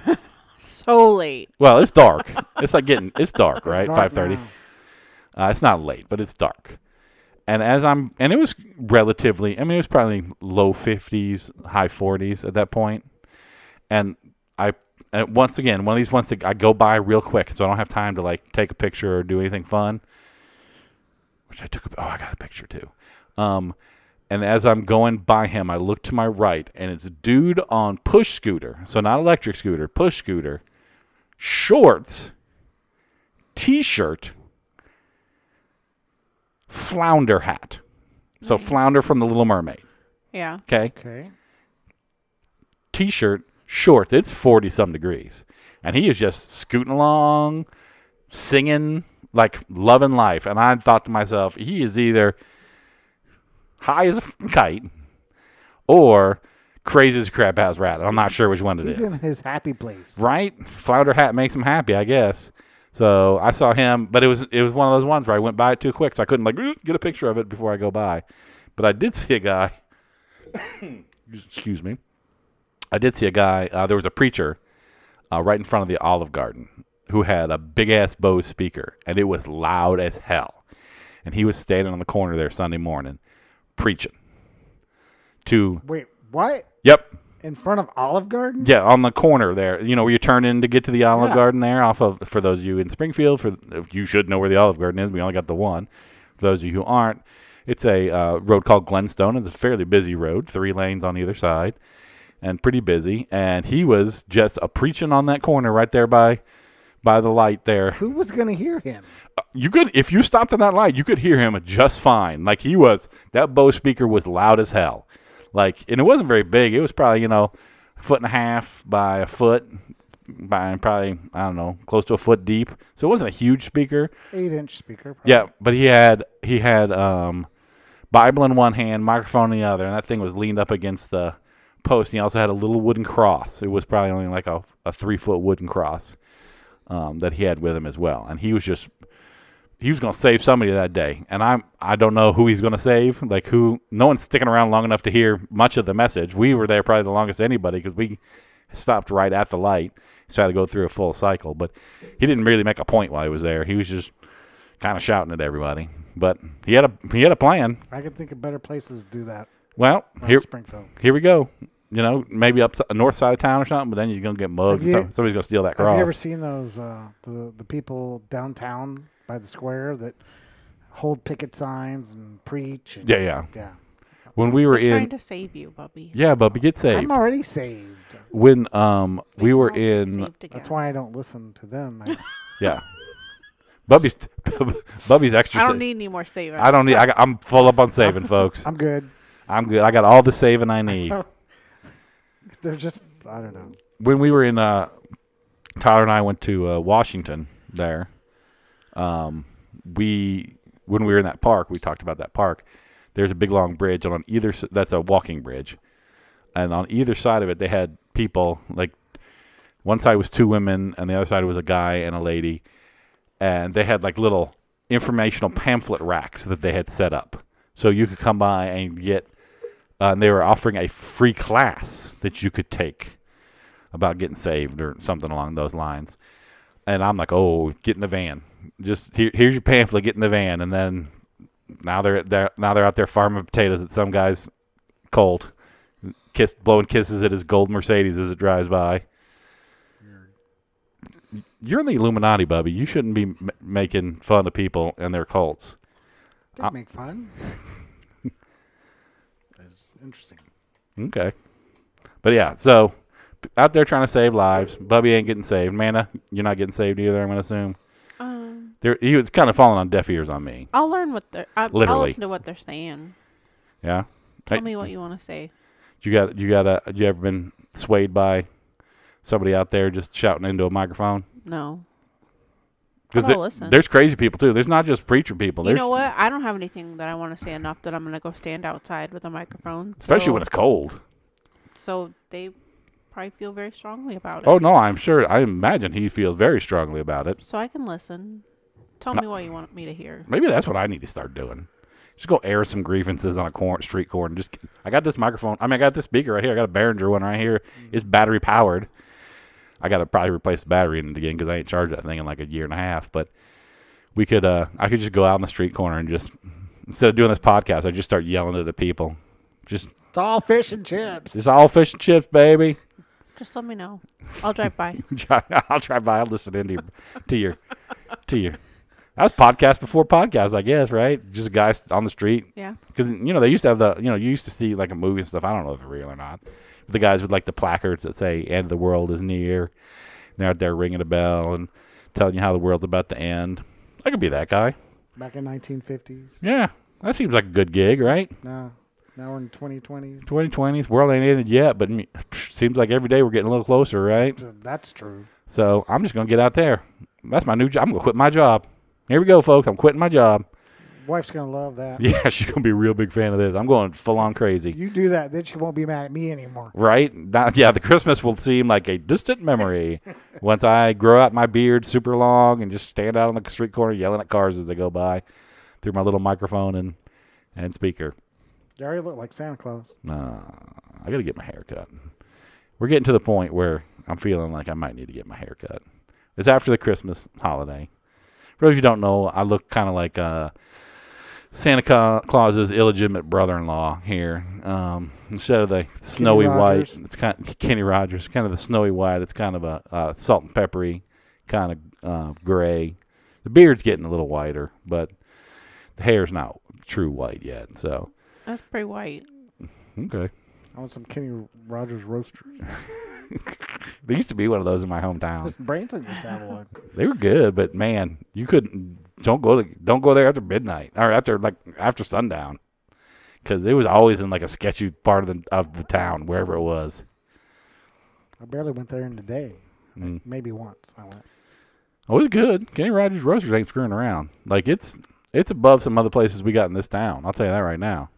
S3: So late.
S1: well, it's dark. it's like getting. It's dark, right?
S2: Dark
S1: Five thirty.
S2: now.
S1: Uh, it's not late, but it's dark. And as I'm, and it was relatively, I mean, it was probably low 50s, high 40s at that point. And I, and once again, one of these ones that I go by real quick, so I don't have time to like take a picture or do anything fun. Which I took, a, oh, I got a picture too. Um, and as I'm going by him, I look to my right, and it's a dude on push scooter, so not electric scooter, push scooter, shorts, t shirt, flounder hat. So flounder from the Little Mermaid.
S3: Yeah.
S1: Okay.
S2: Okay.
S1: T shirt, shorts. It's 40 some degrees. And he is just scooting along, singing, like loving life. And I thought to myself, he is either high as a f- kite or crazy as a crab house rat. I'm not sure which one it is
S2: He's in his happy place.
S1: right? Flounder hat makes him happy, I guess. So I saw him, but it was it was one of those ones where I went by it too quick, so I couldn't like get a picture of it before I go by. But I did see a guy. excuse me. I did see a guy. Uh, there was a preacher uh, right in front of the Olive Garden who had a big ass Bose speaker, and it was loud as hell. And he was standing on the corner there Sunday morning, preaching. To
S2: Wait, what?
S1: yep,
S2: In front of Olive Garden?
S1: yeah, on the corner there. You know where you turn in to get to the Olive
S2: Yeah.
S1: Garden there, off of for those of you in Springfield. For you should know where the Olive Garden is. We only got the one. For those of you who aren't, it's a uh, road called Glenstone. It's a fairly busy road, three lanes on either side, and pretty busy. And he was just a preaching on that corner right there by by the light there.
S2: Who was going to hear him?
S1: You could, if you stopped at that light, you could hear him just fine. Like he was, that Bose speaker was loud as hell. Like, and it wasn't very big. It was probably, you know, a foot and a half by a foot, by probably, I don't know, close to a foot deep. So it wasn't a huge speaker.
S2: Eight inch speaker. probably.
S1: Yeah, but he had, he had, um, Bible in one hand, microphone in the other, and that thing was leaned up against the post. And he also had a little wooden cross. It was probably only like a, a three foot wooden cross um, that he had with him as well. And he was just he was going to save somebody that day, and I'm I don't know who he's going to save. Like who? No one's sticking around long enough to hear much of the message. We were there probably the longest anybody because we stopped right at the light, so I had to go through a full cycle. But he didn't really make a point while he was there. He was just kind of shouting at everybody. But he had a he had a plan.
S2: I could think of better places to do that.
S1: Well,
S2: around
S1: here
S2: Springfield.
S1: here we go. You know, maybe up the north side of town or something, but then you're gonna get mugged.
S2: Have
S1: and
S2: you-
S1: some, somebody's gonna steal that
S2: Have you ever
S1: cross.
S2: seen those uh, the the people downtown by the square that hold picket signs and preach? And,
S1: Yeah, yeah.
S2: yeah.
S1: When we were
S3: I'm trying
S1: in,
S3: to save you, Bubby.
S1: yeah, Bubby, get saved.
S2: I'm already saved.
S1: When um we were
S3: Don't get
S1: in,
S3: saved again.
S2: That's why I don't listen to them. I,
S1: yeah, Bubby's Bubby's extra.
S3: I don't
S1: sa-
S3: need any more saving.
S1: I don't need. I got, I'm full up on saving, folks.
S2: I'm good.
S1: I'm good. I got all the saving I need.
S2: They're just I don't know.
S1: when we were in uh, Tyler and I went to uh, Washington there. Um, we when we were in that park, we talked about that park. There's a big long bridge, and on either s- that's a walking bridge, and on either side of it they had people like one side was two women and the other side was a guy and a lady, and they had like little informational pamphlet racks that they had set up, so you could come by and get. Uh, and they were offering a free class that you could take about getting saved or something along those lines. And I'm like, oh, get in the van. Just here, here's your pamphlet. Get in the van. And then now they're they're now they're out there farming potatoes at some guy's cold, kiss blowing kisses at his gold Mercedes as it drives by. You're in the Illuminati, Bubby. You shouldn't be m- making fun of people and their cults. Uh,
S2: Didn't make fun. That's interesting.
S1: Okay. But yeah, so out there trying to save lives. Bubby ain't getting saved. Mana, you're not getting saved either. I'm gonna assume.
S3: Um,
S1: There, he was kind of falling on deaf ears on me.
S3: I'll learn what they're. I, I'll
S1: Literally.
S3: listen to what they're saying.
S1: Yeah.
S3: Tell
S1: Hey,
S3: me what you want to say.
S1: You got you got a you ever been swayed by somebody out there just shouting into a microphone?
S3: No.
S1: Because
S3: I'll listen.
S1: there's crazy people too. There's not just preacher people.
S3: You
S1: There's,
S3: know what? I don't have anything that I want to say enough that I'm gonna go stand outside with a microphone.
S1: Especially
S3: so,
S1: when it's cold.
S3: so they probably feel very strongly about it.
S1: Oh no, I'm sure. I imagine he feels very strongly about it.
S3: So I can listen. Tell me what you want me to hear.
S1: Maybe that's what I need to start doing. Just go air some grievances on a cor- street corner. Just I got this microphone. I mean, I got this speaker right here. I got a Behringer one right here. It's battery powered. I got to probably replace the battery in it again because I ain't charged that thing in like a year and a half. But we could. uh I could just go out on the street corner and just instead of doing this podcast, I just start yelling at the people. Just
S2: It's all fish and chips.
S1: it's all fish and chips, baby.
S3: Just let me know. I'll drive by.
S1: I'll try by. I'll listen into your, to your, to your. That was podcast before podcast, I guess, right? Just a guy on the street
S3: Yeah.
S1: because you know they used to have the you know you used to see like a movie and stuff. I don't know if it's real or not. The guys with like the placards that say "End of the world is near." And they're out there ringing a bell and telling you how the world's about to end. I could be that guy.
S2: Back in 1950s.
S1: Yeah, that seems like a good gig, right?
S2: No, now we're in 2020.
S1: 2020s world ain't ended yet, but mm, seems like every day we're getting a little closer, right?
S2: So that's true.
S1: So I'm just gonna get out there. That's my new job. I'm gonna quit my job. Here we go, folks. I'm quitting my job.
S2: Wife's gonna love that.
S1: Yeah, she's gonna be a real big fan of this. I'm going full on crazy.
S2: You do that, then she won't be mad at me anymore.
S1: right? Not, yeah, the Christmas will seem like a distant memory once I grow out my beard super long and just stand out on the street corner yelling at cars as they go by through my little microphone and and speaker.
S2: You already look like Santa Claus.
S1: Uh, I got to get my hair cut. We're getting to the point where I'm feeling like I might need to get my hair cut. It's after the Christmas holiday. For those of you who don't know, I look kind of like uh, Santa Ca- Claus's illegitimate brother-in-law here. Um, instead of the snowy white,
S2: Rogers.
S1: it's kind of Kenny Rogers, kind of the snowy white. It's kind of a uh, salt and peppery kind of uh, gray. The beard's getting a little whiter, but the hair's not true white yet. So
S3: That's pretty white.
S1: okay.
S2: I want some Kenny Rogers roasters.
S1: There used to be one of those in my hometown.
S2: Branson used to have one.
S1: They were good, but man, you couldn't. Don't go. To, don't go there after midnight or after like after sundown, because it was always in like a sketchy part of the of the town, wherever it was.
S2: I barely went there in the day.
S1: Mm.
S2: Maybe once I went.
S1: Always good. Kenny Rogers Roasters ain't screwing around. Like it's it's above some other places we got in this town. I'll tell you that right now.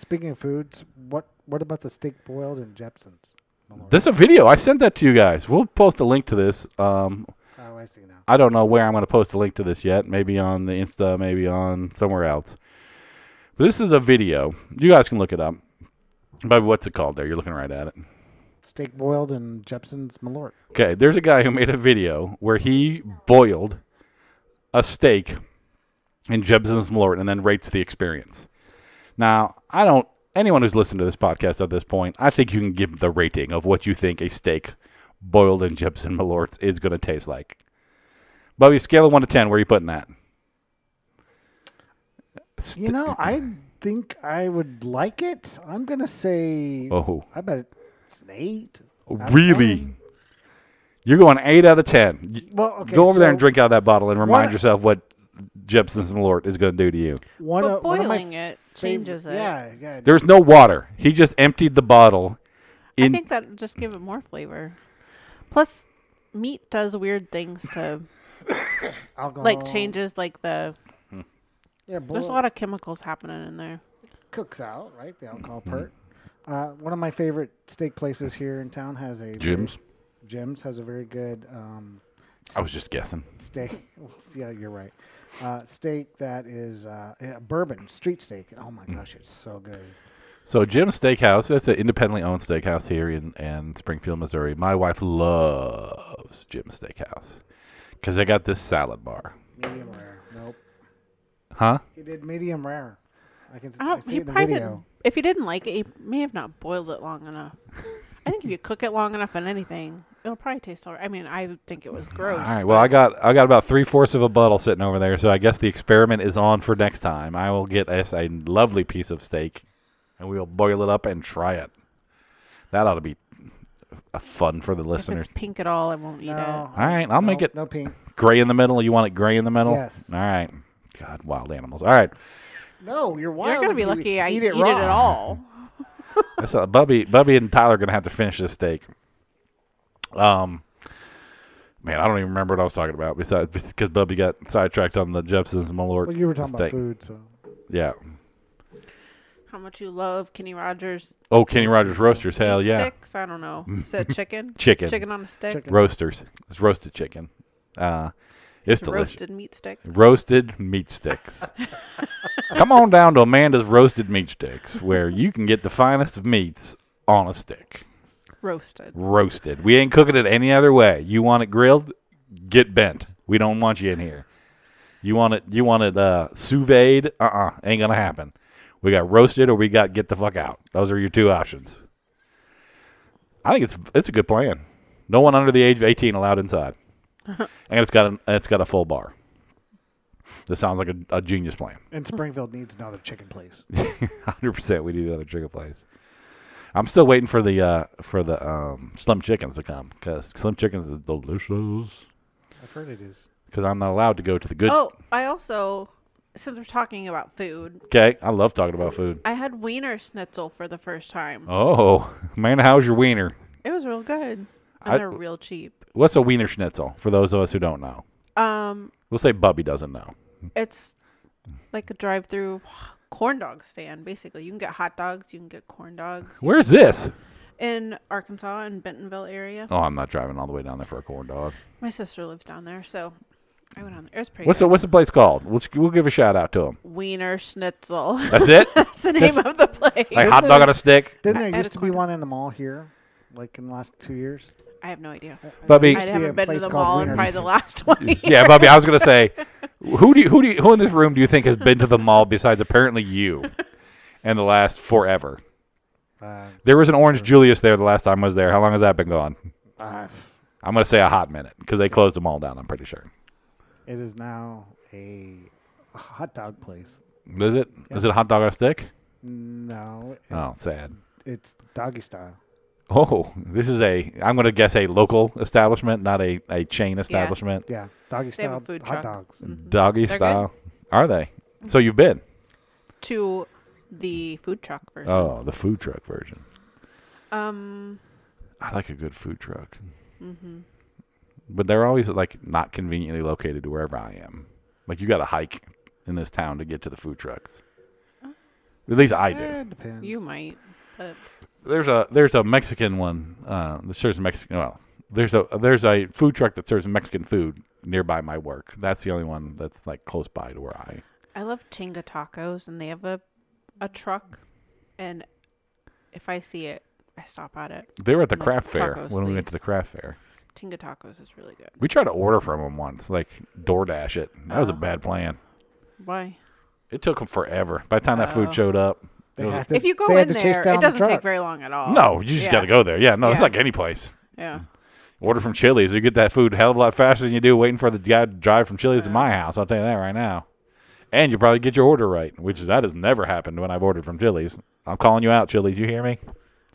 S2: Speaking of foods, what what about the steak boiled in Jepson's? my lord?
S1: There's a video I sent that to you guys. We'll post a link to this. Um,
S2: oh, I see now.
S1: I don't know where I'm going to post a link to this yet. Maybe on the Insta, maybe on somewhere else. But this is a video. You guys can look it up. But what's it called there? You're looking right at it.
S2: Steak boiled in Jepson's Malort.
S1: Okay, there's a guy who made a video where he boiled a steak in Jebson's Malort and then rates the experience. Now, I don't, anyone who's listened to this podcast at this point, I think you can give the rating of what you think a steak boiled in Jebson Malort is going to taste like. Bubby, scale of 1 to 10, where are you putting that?
S2: You know, I think I would like it. I'm gonna say
S1: Oh,
S2: I bet it's an eight. out of
S1: really?
S2: 10.
S1: You're going 8 out of 10. Y-
S2: Well, okay.
S1: Go over there
S2: so
S1: and drink out of that bottle and remind
S2: Why-
S1: yourself what Jebson's Malort is going to do to you.
S2: One
S3: but
S2: of, one of my
S3: boiling it
S2: favorite-
S3: changes it.
S2: Yeah, yeah.
S1: There's no water. He just emptied the bottle.
S3: I
S1: In
S3: think that would just give it more flavor. Plus, meat does weird things to
S2: Alcohol.
S3: like changes like the.
S2: Yeah,
S3: There's a
S2: Oh. boil-
S3: lot of chemicals happening in there.
S2: cooks out, right? The alcohol
S3: Mm-hmm.
S2: part. Uh, one of my favorite steak places here in town has a very-
S1: Jim's?
S2: Jim's has a very good um,
S1: I was just guessing.
S2: steak. yeah, you're right. Uh, steak that is uh, yeah, bourbon street steak. Oh
S1: Mm.
S2: my gosh, it's so good.
S1: So Jim's Steakhouse, that's an independently owned steakhouse here in, in Springfield, Missouri. My wife loves Jim's Steakhouse because they got this salad bar.
S2: Medium rare. Nope.
S1: Huh?
S2: He did medium rare. I can s-
S3: I
S2: I
S3: don't.
S2: see
S3: he
S2: it in the
S3: Oh, probably
S2: video.
S3: didn't. If he didn't like it, he may have not boiled it long enough. I think if you cook it long enough on anything, it'll probably taste alright. I mean, I think it was gross.
S1: All right. Well, I got I got about three fourths of a bottle sitting over there, so I guess the experiment is on for next time. I will get us a lovely piece of steak, and we will boil it up and try it. That ought to be uh, fun for the
S3: If
S1: listeners.
S3: it's pink at all, I won't eat
S2: No.
S1: All right, I'll make
S2: No-
S1: it
S2: No pink.
S1: gray in the middle. You want it gray in the middle?
S2: Yes.
S1: All right. God, wild animals. All right.
S2: No, you're
S3: it.
S2: wild.
S3: You're gonna
S2: if
S3: be
S2: you
S3: lucky. I
S2: eat
S3: eat
S2: it
S3: it,
S2: raw.
S3: at all.
S1: That's uh, Bubby. Bubby and Tyler are gonna have to finish this steak. Um, man, I don't even remember what I was talking about. Besides, because Bubby got sidetracked on the Jepsons and Malort.
S2: Well, you were talking about
S1: steak.
S2: food, so
S1: Yeah.
S3: How much you love Kenny Rogers?
S1: Oh, Kenny Rogers roasters. Hell
S3: meat
S1: yeah.
S3: Sticks? I don't know. Is that chicken?
S1: Chicken.
S3: Chicken on a stick.
S2: Chicken.
S1: Roasters. It's roasted chicken. Uh, it's delicious.
S3: Roasted meat sticks.
S1: Roasted meat sticks. Come on down to Amanda's Roasted Meat Sticks, where you can get the finest of meats on a stick.
S3: Roasted.
S1: Roasted. We ain't cooking it any other way. You want it grilled? Get bent. We don't want you in here. You want it? You want it uh, sous vide? Uh uh-uh. uh. Ain't gonna happen. We got roasted, or we got get the fuck out. Those are your two options. I think it's it's a good plan. No one under the age of eighteen allowed inside, and it's got an, it's got a full bar. This sounds like a, a genius plan.
S2: and Springfield needs another chicken place.
S1: Hundred percent, we need another chicken place. I'm still waiting for the uh, for the um, Slim Chickens to come because Slim Chickens is delicious.
S2: I've heard it is.
S1: Because I'm not allowed to go to the good.
S3: Oh, I also, since we're talking about food,
S1: Okay, I love talking about food.
S3: I had wiener schnitzel for the first time.
S1: Oh man, how's your wiener?
S3: It was real good, and
S1: I-
S3: they're real cheap.
S1: What's a wiener schnitzel? For those of us who don't know,
S3: Um,
S1: we'll say Bubby doesn't know.
S3: it's like a drive-through corn dog stand. Basically, you can get hot dogs, you can get corn dogs
S1: Where's this?
S3: in Arkansas and Bentonville area.
S1: Oh, I'm not driving all the way down there for a corn dog.
S3: My sister lives down there, so I went on there. It was pretty.
S1: What's the
S3: good.
S1: What's the place called? We'll, we'll give a shout out to them.
S3: wiener schnitzel?
S1: That's it.
S3: That's the name of the place.
S1: like hot dog on a stick.
S2: Didn't
S3: I
S2: there
S3: had
S2: used
S3: a
S2: to be
S3: corn-
S2: one in the mall here, like in the last two years?
S1: Uh,
S3: I have no idea.
S1: Bubby.
S3: I
S2: to be a
S3: haven't been to
S2: place
S3: the
S2: called
S3: mall in
S2: Wiener.
S3: probably the last twenty.
S1: Yeah, Bubby. I was gonna say, who do you, who do you, who in this room do you think has been to the mall besides apparently you, and the last forever?
S2: Uh,
S1: There was an Orange Julius there the last time I was there. How long has that been gone?
S2: I've-
S1: I'm gonna say a hot minute because they closed them all down. I'm pretty sure.
S2: it is now a hot dog place.
S1: Is it? Is it a hot dog on a stick?
S2: No.
S1: Oh,
S2: it's-
S1: sad.
S2: It's doggy style.
S1: Oh, this is a. I'm gonna guess a local establishment, not a, a chain establishment.
S2: Yeah, doggy
S3: They have a
S2: style
S3: food
S2: hot
S3: truck.
S2: dogs.
S1: Doggy
S3: Mm-hmm. They're good.
S1: style. Are they? So you've been?
S3: to the food truck version.
S1: Oh, the food truck version.
S3: Um,
S1: I like a good food truck. But they're always like not conveniently located to wherever I am. Like you got to hike in this town to get to the food trucks. At least I do.
S2: Eh, it depends.
S3: you might. But
S1: There's a there's a Mexican one uh, that serves Mexican. Well, there's a there's a food truck that serves Mexican food nearby my work. That's the only one that's like close by to where I.
S3: I love Chinga Tacos, and they have a a truck, and if I see it, I stop at it.
S1: They were at the
S3: Like
S1: craft fair
S3: tacos,
S1: when we went
S3: please.
S1: to the craft fair.
S3: Chinga Tacos is really good.
S1: We tried to order from them once, like DoorDash it. That was a
S3: Oh.
S1: bad plan.
S3: Why?
S1: It took them forever. By the time that
S3: Oh.
S1: food showed up, it
S2: They
S1: was-
S2: had to-
S3: If you go
S2: they had
S3: in
S2: to chase
S3: there,
S2: down
S3: it
S2: the
S3: doesn't
S2: truck.
S3: take very long at all.
S1: No, you just
S3: Yeah.
S1: got to go there. Yeah, no, it's
S3: Yeah.
S1: like any place.
S3: Yeah.
S1: Order from Chili's, you get that food a hell of a lot faster than you do waiting for the guy to drive from Chili's to
S3: Yeah.
S1: my house. I'll tell you that right now. And you probably get your order right, which that has never happened when I've ordered from Chili's. I'm calling you out, Chili's. You hear me?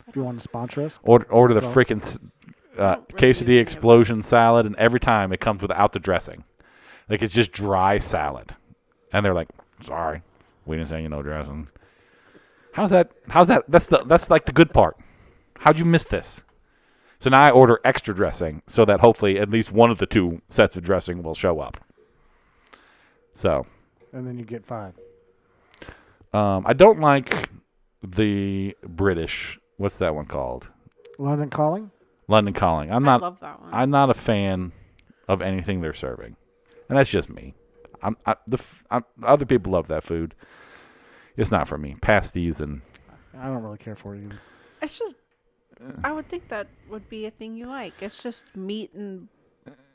S2: If you want to sponsor us,
S1: Order, order the
S2: Well,
S1: freaking uh,
S3: don't really use any
S1: quesadilla
S3: of
S1: explosion
S3: those.
S1: salad, and every time it comes without the dressing, like it's just dry salad. And they're like, "Sorry, we didn't send you no dressing." How's that? How's that? That's the that's like the good part. How'd you miss this? So now I order extra dressing so that hopefully at least one of the two sets of dressing will show up. So
S2: and then you get five.
S1: um, I don't like the British. What's that one called?
S2: London calling.
S1: London Calling. I'm
S3: I
S1: not.
S3: love that one.
S1: I'm not a fan of anything they're serving, and that's just me. I'm I, the f- I'm, other people love that food. It's not for me. Pasties and
S2: I don't really care for you.
S3: it's just, I would think that would be a thing you like. It's just meat and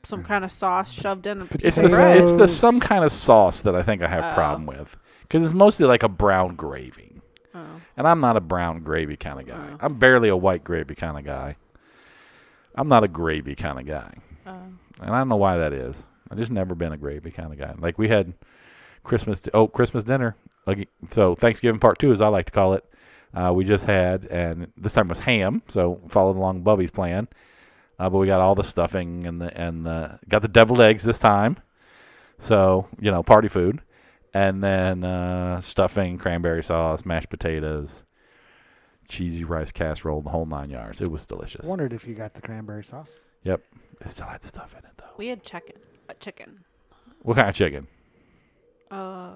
S3: some kind of sauce shoved in. A piece
S1: it's
S3: of
S1: the
S3: bread.
S1: Mm. it's the
S2: Potatoes.
S1: some kind of sauce that I think I have
S3: Oh.
S1: problem with because it's mostly like a brown gravy,
S3: Oh.
S1: and I'm not a brown gravy kind of guy.
S3: Oh.
S1: I'm barely a white gravy kind of guy. I'm not a gravy kind of guy.
S3: oh.
S1: and I don't know why that is. I've just never been a gravy kind of guy. Like we had Christmas, oh Christmas dinner. Like so, Thanksgiving part two, as I like to call it. uh, we just had, and this time was ham. So followed along Bubby's plan, uh, but we got all the stuffing and the and the got the deviled eggs this time. So you know, party food, and then uh, stuffing, cranberry sauce, mashed potatoes, cheesy rice casserole, the whole nine yards. It was delicious.
S2: Wondered if you got the cranberry sauce.
S1: Yep, it still had stuff in it though.
S3: We had chicken. Uh, chicken.
S1: What kind of chicken?
S3: Uh,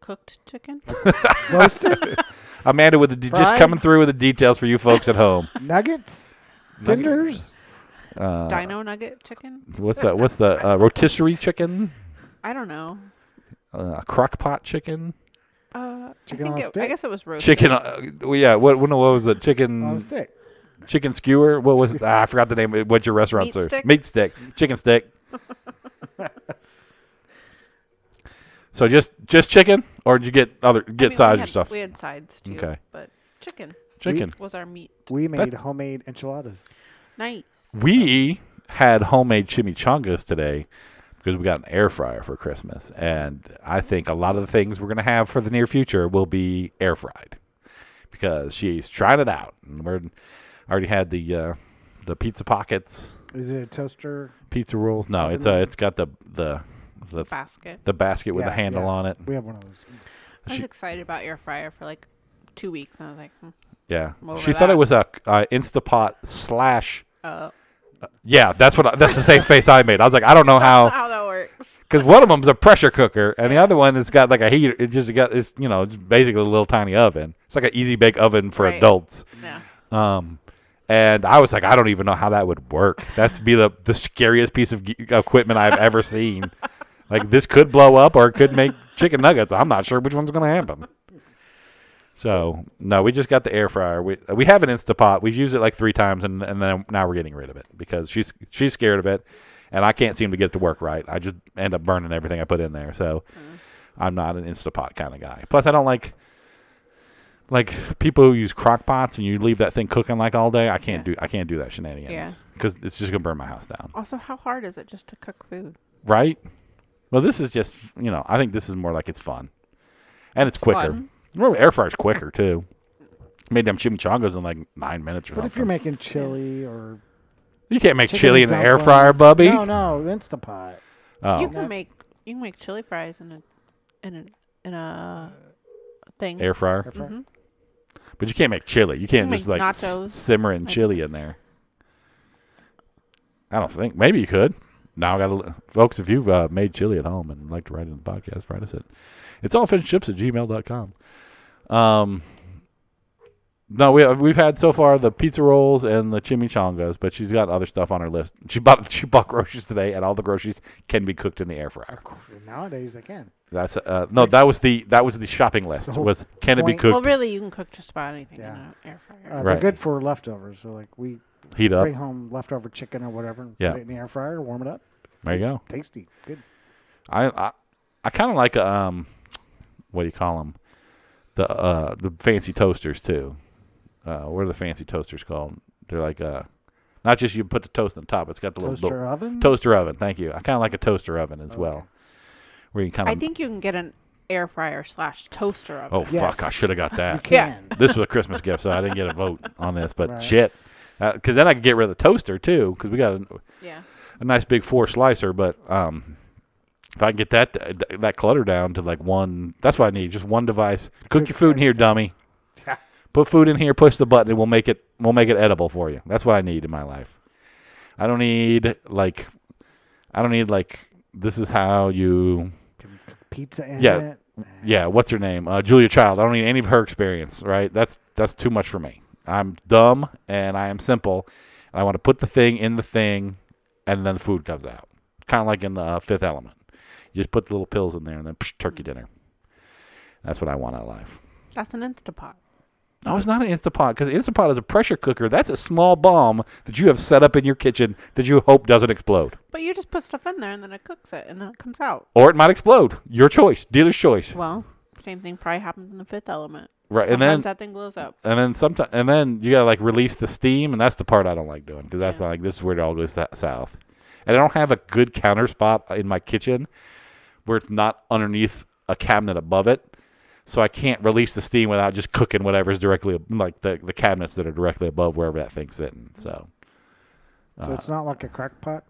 S3: cooked chicken.
S2: Roasted
S1: Amanda with the de- just
S2: Fried?
S1: coming through with the details for you folks at home.
S2: nuggets, tenders.
S1: Uh,
S3: Dino nugget chicken.
S1: What's that? What's the uh, rotisserie chicken?
S3: I don't know.
S1: Uh, crock pot chicken?
S3: Uh,
S2: Chicken
S3: I
S2: on
S3: think
S2: a
S3: it, I
S2: stick?
S3: guess it was roasted.
S1: Chicken? Uh, well, yeah. What? What was it?
S2: on a
S1: Chicken?
S2: stick.
S1: Chicken skewer? What was? Ah, I forgot the name. of it. What's your restaurant
S3: Meat
S1: serves?
S3: sticks?
S1: Meat stick. Chicken stick. so just just chicken, or did you get other
S3: I
S1: get
S3: mean, we
S1: sides or
S3: had-
S1: stuff?
S3: We had sides too.
S1: Okay.
S3: But chicken
S1: Chicken.
S3: was our meat.
S2: We made homemade enchiladas.
S3: Nice.
S1: We had homemade chimichangas today because we got an air fryer for Christmas, and I think a lot of the things we're gonna have for the near future will be air fried because she's tried it out, and we're already had the uh, the pizza pockets,
S2: Is it a toaster?
S1: pizza rolls. No, it's uh, it's got the the the,
S3: Basket.
S1: the basket with
S2: Yeah,
S1: the handle
S2: yeah.
S1: on it.
S2: We have one of those.
S3: I was
S1: She-
S3: excited about air fryer for like two weeks, and I was like, hmm,
S1: Yeah,
S3: I'm over
S1: she thought
S3: that.
S1: it was a uh, Instapot slash.
S3: uh,
S1: Yeah, that's what I, that's the same face I made. I was like, I don't know how.
S3: how that works.
S1: because one of them's a pressure cooker and the other one has got like a heater. It just got it's you know just basically a little tiny oven. It's like an easy bake oven for
S3: Right.
S1: adults.
S3: Yeah.
S1: Um, and I was like, I don't even know how that would work. That's be the the scariest piece of ge- equipment I've ever seen. Like this could blow up or it could make chicken nuggets. I'm not sure which one's going to happen. So no, we just got the air fryer. We we have an Instapot. We've used it like three times, and and then now we're getting rid of it because she's she's scared of it, and I can't seem to get it to work right. I just end up burning everything I put in there. So
S3: Uh-huh.
S1: I'm not an Instapot kind of guy. Plus, I don't like like people who use crock pots and you leave that thing cooking like all day. I can't
S3: Yeah.
S1: do I can't do that shenanigans.
S3: Yeah.
S1: because it's just gonna burn my house down.
S3: Also, how hard is it just to cook food?
S1: Right? Well, this is just you know I think this is more like it's fun, and it's, quicker.
S3: fun.
S1: Remember, air fryer's quicker too. Made them chimichangas in like nine minutes or
S2: But if
S1: something.
S2: you're making chili or
S1: you can't make
S2: chicken
S1: chili in an air
S2: dumplings-
S1: fryer, Bubby.
S2: no, no, Instapot.
S1: Oh,
S3: You can
S2: That-
S3: make you can make chili fries in a in a in a thing.
S1: air fryer.
S2: Air fryer.
S3: Mhm.
S1: But you can't make chili. You can't
S3: can
S1: just
S3: make
S1: like s-
S3: nachos.
S1: simmering
S3: Like-
S1: chili in there. I don't think. Maybe you could. Now I got to folks. If you've uh, made chili at home and like to write in the podcast, write us at it's all fish and chips at gmail.com. Um, no, we uh, we've had so far the pizza rolls and the chimichangas, but she's got other stuff on her list. She bought she bought groceries today, and all the groceries can be cooked in the air fryer.
S2: Nowadays they can.
S1: That's uh, no, that was the that was the shopping list.
S2: The whole
S1: Was can it be
S2: point-
S1: cooked?
S3: Well, really, you can cook just about anything in
S2: Yeah.
S3: an air fryer.
S2: Uh,
S1: Right.
S2: They're good for leftovers. So like we
S1: Heat up.
S2: bring home leftover chicken or whatever and
S1: Yeah.
S2: put it in the air fryer, warm it up.
S1: There you
S2: Tasty-
S1: go.
S2: Tasty, good.
S1: I I, I kind of like um, what do you call them? The uh the fancy toasters too. Uh, what are the fancy toasters called? They're like uh, not just you put the toast on top. It's got the little
S2: Toaster
S1: little-
S2: oven.
S1: toaster oven. Thank you. I kind of like a toaster oven as
S2: Okay.
S1: well, where you kind
S3: I
S1: of.
S3: think you can get an air fryer slash toaster oven.
S1: Oh
S2: Yes.
S1: fuck! I should have got
S2: you
S1: that.
S2: can.
S1: this was a Christmas gift, so I didn't get a vote on this. But
S2: Right.
S1: shit, because then I could get rid of the toaster too, because we got a,
S3: Yeah.
S1: a nice big four slicer. But um, if I can get that th- that clutter down to like one, that's what I need. Just one device. Cook
S2: Cook
S1: your food in here, dummy.
S2: Yeah.
S1: Put food in here. Push the button. And we'll make it. We'll make it edible for you. That's what I need in my life. I don't need like. I don't need like. This is how you.
S2: Can cook Pizza in
S1: Yeah.
S2: it.
S1: Yeah. What's her name? Uh, Julia Child. I don't need any of her experience. Right. That's that's too much for me. I'm dumb and I am simple. And I want to put the thing in the thing, and then the food comes out. Kind of like in the uh, Fifth Element. You just put the little pills in there, and then psh, turkey dinner. That's what I want out of life.
S3: That's an Instapot.
S1: No, it's not an Instapot because Instapot is a pressure cooker. That's a small bomb that you have set up in your kitchen that you hope doesn't explode,
S3: But you just put stuff in there and then it cooks it and then it comes out.
S1: or it might explode. Your choice, dealer's choice.
S3: Well, same thing probably happens in the fifth element.
S1: Right, and
S3: Sometimes
S1: then
S3: that thing blows up.
S1: and then sometimes and then you gotta like release the steam, and that's the part I don't like doing because that's
S3: Yeah.
S1: like this is where it all goes tha- south. And I don't have a good counter spot in my kitchen where it's not underneath a cabinet above it, so I can't release the steam without just cooking whatever's directly ab- like the the cabinets that are directly above wherever that thing's sitting. So Uh,
S2: So it's not like a crock pot.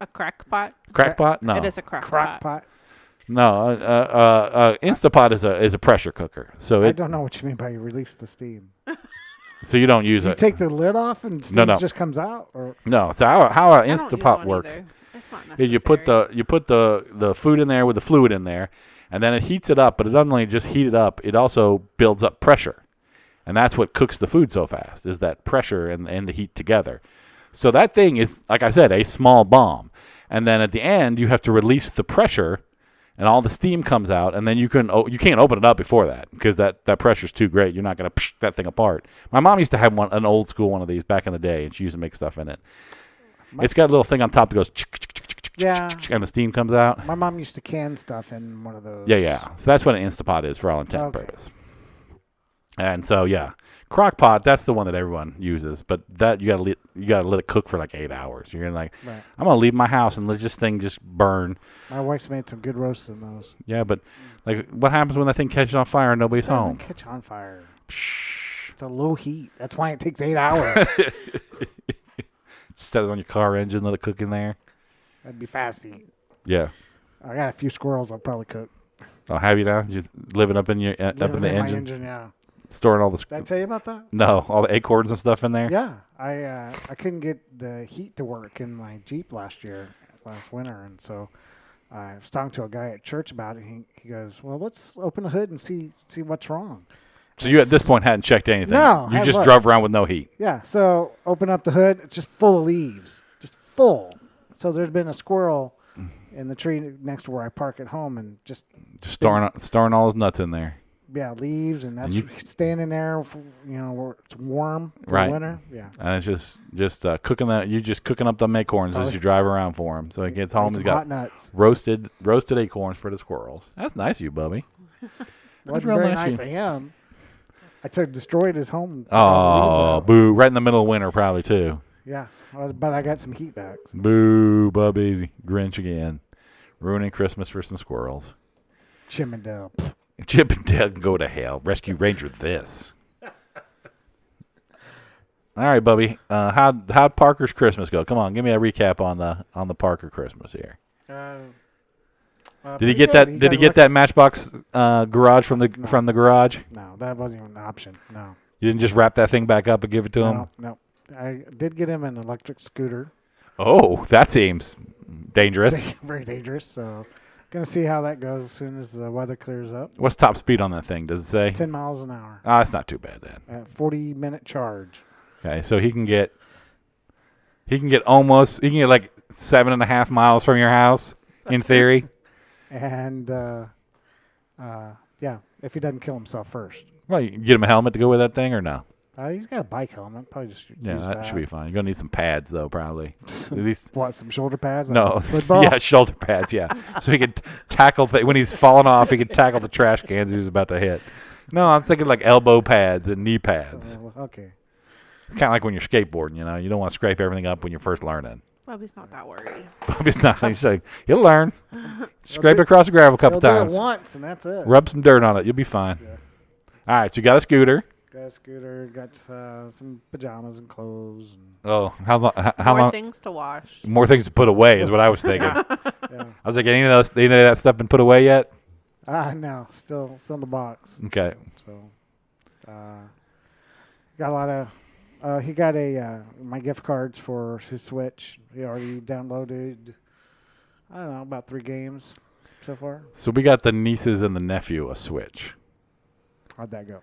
S3: A crack pot.
S1: crackpot, no,
S3: It is a crack,
S2: Crock
S3: pot.
S2: pot.
S1: no, uh, uh, uh, uh, Instapot is a is a pressure cooker. So
S2: I
S1: it
S2: don't know what you mean by you release the steam.
S1: so you don't use
S2: You
S1: it.
S2: take the lid off and steam
S1: Uh, no.
S2: just comes out, or
S1: no, so how how our
S3: I don't use
S1: Instapot
S3: one
S1: work?
S3: either. It's not
S1: is you put
S3: necessary.
S1: the you put the the food in there with the fluid in there, and then it heats it up. But it doesn't only just heat it up; it also builds up pressure, and that's what cooks the food so fast is that pressure and and the heat together. So that thing is, like I said, a small bomb, and then at the end you have to release the pressure, and all the steam comes out, and then you can o- you can't open it up before that because that that pressure's too great. You're not gonna psh that thing apart. My mom used to have one an old school one of these back in the day, and she used to make stuff in it. It's got a little thing on top that goes.
S2: yeah.
S1: and the steam comes out.
S2: My mom used to can stuff in one of those.
S1: Yeah, yeah. So that's what an Instapot is for all intent and
S2: Okay.
S1: purpose. And so yeah, crock pot. That's the one that everyone uses, but that you gotta let you gotta let it cook for like eight hours. You're gonna like,
S2: Right.
S1: I'm gonna leave my house and let this thing just burn.
S2: My wife's made some good roasts in those.
S1: Yeah, but like, what happens when that thing catches on fire and nobody's
S2: It doesn't
S1: home?
S2: catch on fire.
S1: Psh,
S2: It's a low heat. That's why it takes eight hours.
S1: set it on your car engine, let it cook in there.
S2: That'd be fast heat.
S1: Yeah,
S2: I got a few squirrels. I'll probably cook.
S1: I'll have you now. Just living up in your uh, up
S2: Leave
S1: in
S2: them
S1: the
S2: my
S1: engine,
S2: engine. Yeah.
S1: storing all the
S2: Did I
S1: sc-
S2: tell you about that?
S1: no, all the acorns and stuff in there.
S2: Yeah, I uh, I couldn't get the heat to work in my Jeep last year, last winter, and so I was talking to a guy at church about it. He he goes, "Well, let's open the hood and see see what's wrong."
S1: So you at this point hadn't checked anything.
S2: No,
S1: you
S2: I
S1: just
S2: looked.
S1: drove around with no heat.
S2: Yeah, so open up the hood. It's just full of leaves, just full. So there'd been a squirrel in the tree next to where I park at home, and just
S1: Just storing storing all his nuts in there.
S2: yeah, leaves, and that's
S1: you-
S2: standing there. For, you know, where it's warm for
S1: Right.
S2: winter. Yeah.
S1: And it's just just uh, cooking that you just cooking up the acorns
S2: Oh.
S1: as you drive around for him. So he gets home,
S2: It's
S1: he's
S2: hot
S1: got
S2: nuts.
S1: roasted roasted acorns for the squirrels. That's nice, of you bubby.
S2: Wasn't
S1: real
S2: very
S1: nice
S2: nice
S1: of
S2: of him. I took destroyed his home. uh,
S1: Oh, boo! Right in the middle of winter, probably too.
S2: yeah, well, but I got some heat back.
S1: Boo, bubby, Grinch again, ruining Christmas for some squirrels.
S2: Chimmendale. Pff,
S1: Chip and Dale can go to hell. Rescue Ranger, this. All right, Bubby. Uh, how how Parker's Christmas go? Come on, give me a recap on the on the Parker Christmas here. Did he get that? Did he get that Matchbox uh, garage from the from the garage?
S2: No, that wasn't even an option. No,
S1: You didn't just wrap that thing back up and give it to him.
S2: no, no. I did get him an electric scooter.
S1: Oh, that seems dangerous.
S2: Very dangerous. So, gonna see how that goes as soon as the weather clears up.
S1: What's top speed on that thing? Does it say?
S2: Ten miles an hour
S1: Ah, it's not too bad then.
S2: at forty minute charge.
S1: Okay, so he can get he can get almost he can get like seven and a half miles from your house in theory.
S2: And uh, uh, yeah, if he doesn't kill himself first,
S1: Well, you can get him a helmet to go with that thing or no?
S2: uh, he's got a bike helmet. Probably just
S1: Yeah,
S2: use
S1: that, should be fine. You're gonna need some pads though, probably. At least
S2: What, some shoulder pads? like
S1: no,
S2: Football?
S1: yeah, shoulder pads, yeah. so he could tackle th- when he's falling off. He could tackle the trash cans he was about to hit. No, I'm thinking like elbow pads and knee pads.
S2: Uh, okay.
S1: Kind of like when you're skateboarding, you know, you don't want to scrape everything up when you're first learning.
S3: Bubby's not that worried.
S1: Bobby's not. He's like, you'll learn. Scrape it across the gravel a couple
S2: He'll
S1: times.
S2: do it once, and that's it.
S1: Rub some dirt on it. You'll be fine. All right, so you got a scooter.
S2: Got a scooter. Got uh, some pajamas and clothes. And,
S1: Oh, how long? How, how
S3: More
S1: long?
S3: things to wash.
S1: More things to put away is what I was thinking. I
S2: yeah.
S1: was like, any of those, any of that stuff been put away yet?
S2: Ah, no, still, still in the box.
S1: Okay.
S2: So, uh, got a lot of. Uh, he got a uh, my gift cards for his Switch. He already downloaded. I don't know about three games so far.
S1: So we got the nieces and the nephew a Switch.
S2: How'd that go?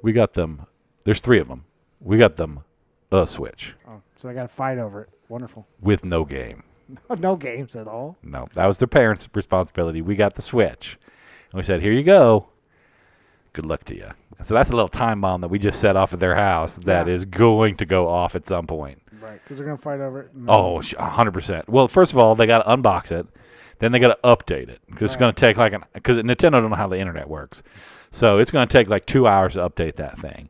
S1: We got them. There's three of them. We got them a Switch
S2: Oh, so they got to fight over it. Wonderful.
S1: with no game.
S2: no games at all.
S1: No, that was their parents' responsibility. We got the Switch, and we said, "Here you go. Good luck to you." So that's a little time bomb that we just set off at their house that
S2: Yeah.
S1: is going to go off at some point.
S2: Right, because they're gonna fight over it. and-
S1: Oh, sh- a hundred percent. Well, first of all, they got to unbox it, then they got to update it because it's
S2: Right.
S1: going to take like an because Nintendo don't know how the internet works, so it's going to take like two hours to update that thing.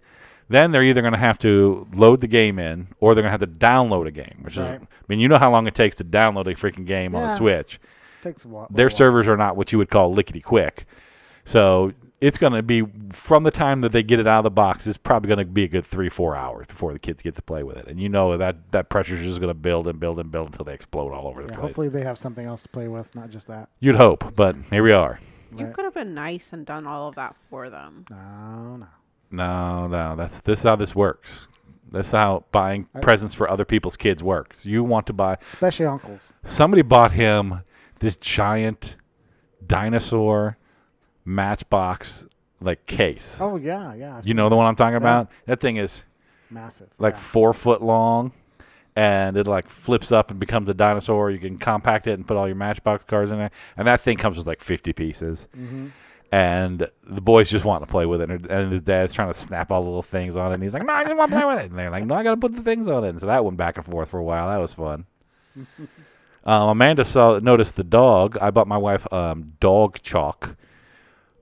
S1: Then they're either going to have to load the game in, or they're going to have to download a game. Which
S2: Right.
S1: is, I mean, you know how long it takes to download a freaking game on
S2: Yeah.
S1: a Switch
S2: takes a while.
S1: their
S2: little while.
S1: servers are not what you would call lickety quick. So it's going to be from the time that they get it out of the box. It's probably going to be a good three, four hours before the kids get to play with it, and you know that that pressure is just going to build and build and build until they explode all over the
S2: Yeah,
S1: place.
S2: hopefully they have something else to play with, not just that.
S1: You'd hope, but here we are.
S3: You
S2: Right.
S3: could have been nice and done all of that for them.
S2: No, no.
S1: No, no, that's this is how this works. That's how buying
S2: I-
S1: presents for other people's kids works. You want to buy.
S2: Especially uncles.
S1: Somebody bought him this giant dinosaur matchbox like case.
S2: Oh yeah, yeah.
S1: You know the one I'm talking about? That thing is
S2: Massive.
S1: like
S2: yeah.
S1: four foot long and it like flips up and becomes a dinosaur. You can compact it and put all your matchbox cars in there. And that thing comes with like 50 pieces.
S2: Mm-hmm.
S1: And the boys just want to play with it. And, and his dad's trying to snap all the little things on it. And he's like, no, I just want to play with it. And they're like, no, I got to put the things on it. And so that went back and forth for a while. That was fun. um, Amanda saw noticed the dog. I bought my wife um, dog chalk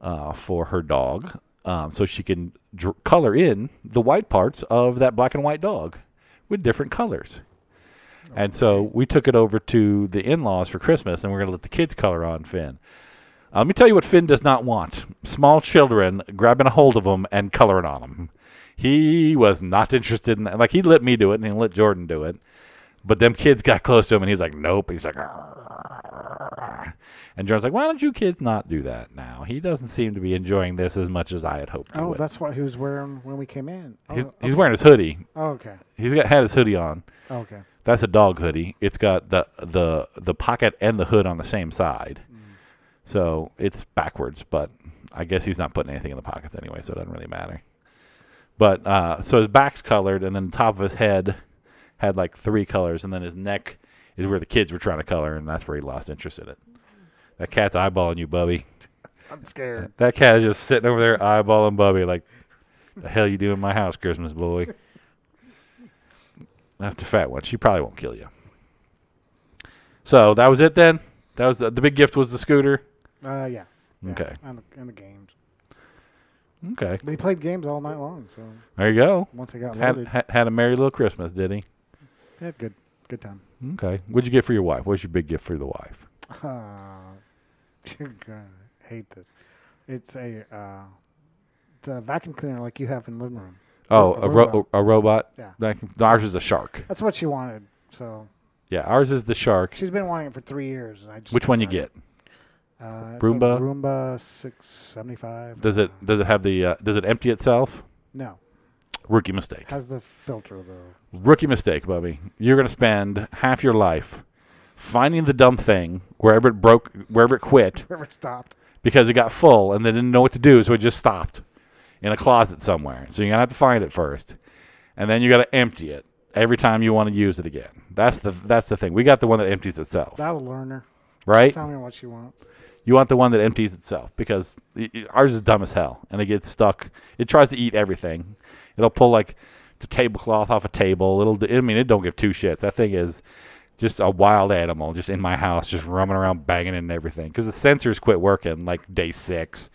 S1: uh, for her dog, um, so she can dr- color in the white parts of that black and white dog with different colors.
S2: Oh,
S1: And so we took it over to the in-laws for Christmas, and we're gonna let the kids color on Finn. Uh, let me tell you what Finn does not want: small children grabbing a hold of him and coloring on him. He was not interested in that. Like he let me do it, and he let Jordan do it. But them kids got close to him, and he's like, "Nope." He's like, "Argh." and Jordan's like, "Why don't you kids not do that now?" He doesn't seem to be enjoying this as much as I had hoped. he
S2: Oh,
S1: would.
S2: that's what he was wearing when we came in. Oh,
S1: he's,
S2: okay.
S1: he's wearing his hoodie.
S2: Oh, okay.
S1: He's got had his hoodie on.
S2: Oh, okay.
S1: That's a dog hoodie. It's got the the the pocket and the hood on the same side,
S2: Mm.
S1: so it's backwards. But I guess he's not putting anything in the pockets anyway, so it doesn't really matter. But uh, so his back's colored, and then the top of his head had like three colors, and then his neck is where the kids were trying to color, and that's where he lost interest in it. That cat's eyeballing you, Bubby.
S2: I'm scared.
S1: That cat is just sitting over there eyeballing Bubby like, the hell you do in my house, Christmas boy? That's the fat one. She probably won't kill you. So that was it then? That was the, the big gift was the scooter?
S2: Uh, yeah. yeah.
S1: Okay.
S2: And the, and the games.
S1: Okay.
S2: But he played games all night long. So
S1: There you go.
S2: once I got
S1: Had,
S2: loaded,
S1: had, had a merry little Christmas, did he?
S2: he had good, good time.
S1: Okay. What'd you get for your wife? What's your big gift for the wife?
S2: Uh, you're gonna hate this. It's a, uh, it's a vacuum cleaner like you have in living room.
S1: Oh,
S2: A
S1: a, ro-
S2: robot.
S1: a, a robot?
S2: Yeah.
S1: Like, Ours is a shark.
S2: That's what she wanted. So
S1: Yeah, ours is the shark.
S2: she's been wanting it for three years. And I just
S1: Which one you
S2: haven't
S1: get?
S2: got it. Uh, it's a
S1: Roomba?
S2: Roomba six seventy five.
S1: Does it does it have the uh, does it empty itself?
S2: No.
S1: Rookie mistake.
S2: Has the filter though.
S1: Rookie mistake, Bubby. You're going to spend half your life finding the dumb thing wherever it broke, wherever it quit,
S2: Where it stopped.
S1: because it got full and they didn't know what to do, so it just stopped in a closet somewhere. So you're going to have to find it first, and then you got to empty it every time you want to use it again. That's the that's the thing. We got the one that empties itself,
S2: That'll learn her.
S1: right?
S2: Tell me what she wants.
S1: You want the one that empties itself because i- i- ours is dumb as hell and it gets stuck. It tries to eat everything. It'll pull like the tablecloth off a table. It'll. do- I mean, it don't give two shits. That thing is just a wild animal, just in my house, just roaming around, banging into everything. Because the sensors quit working like day six,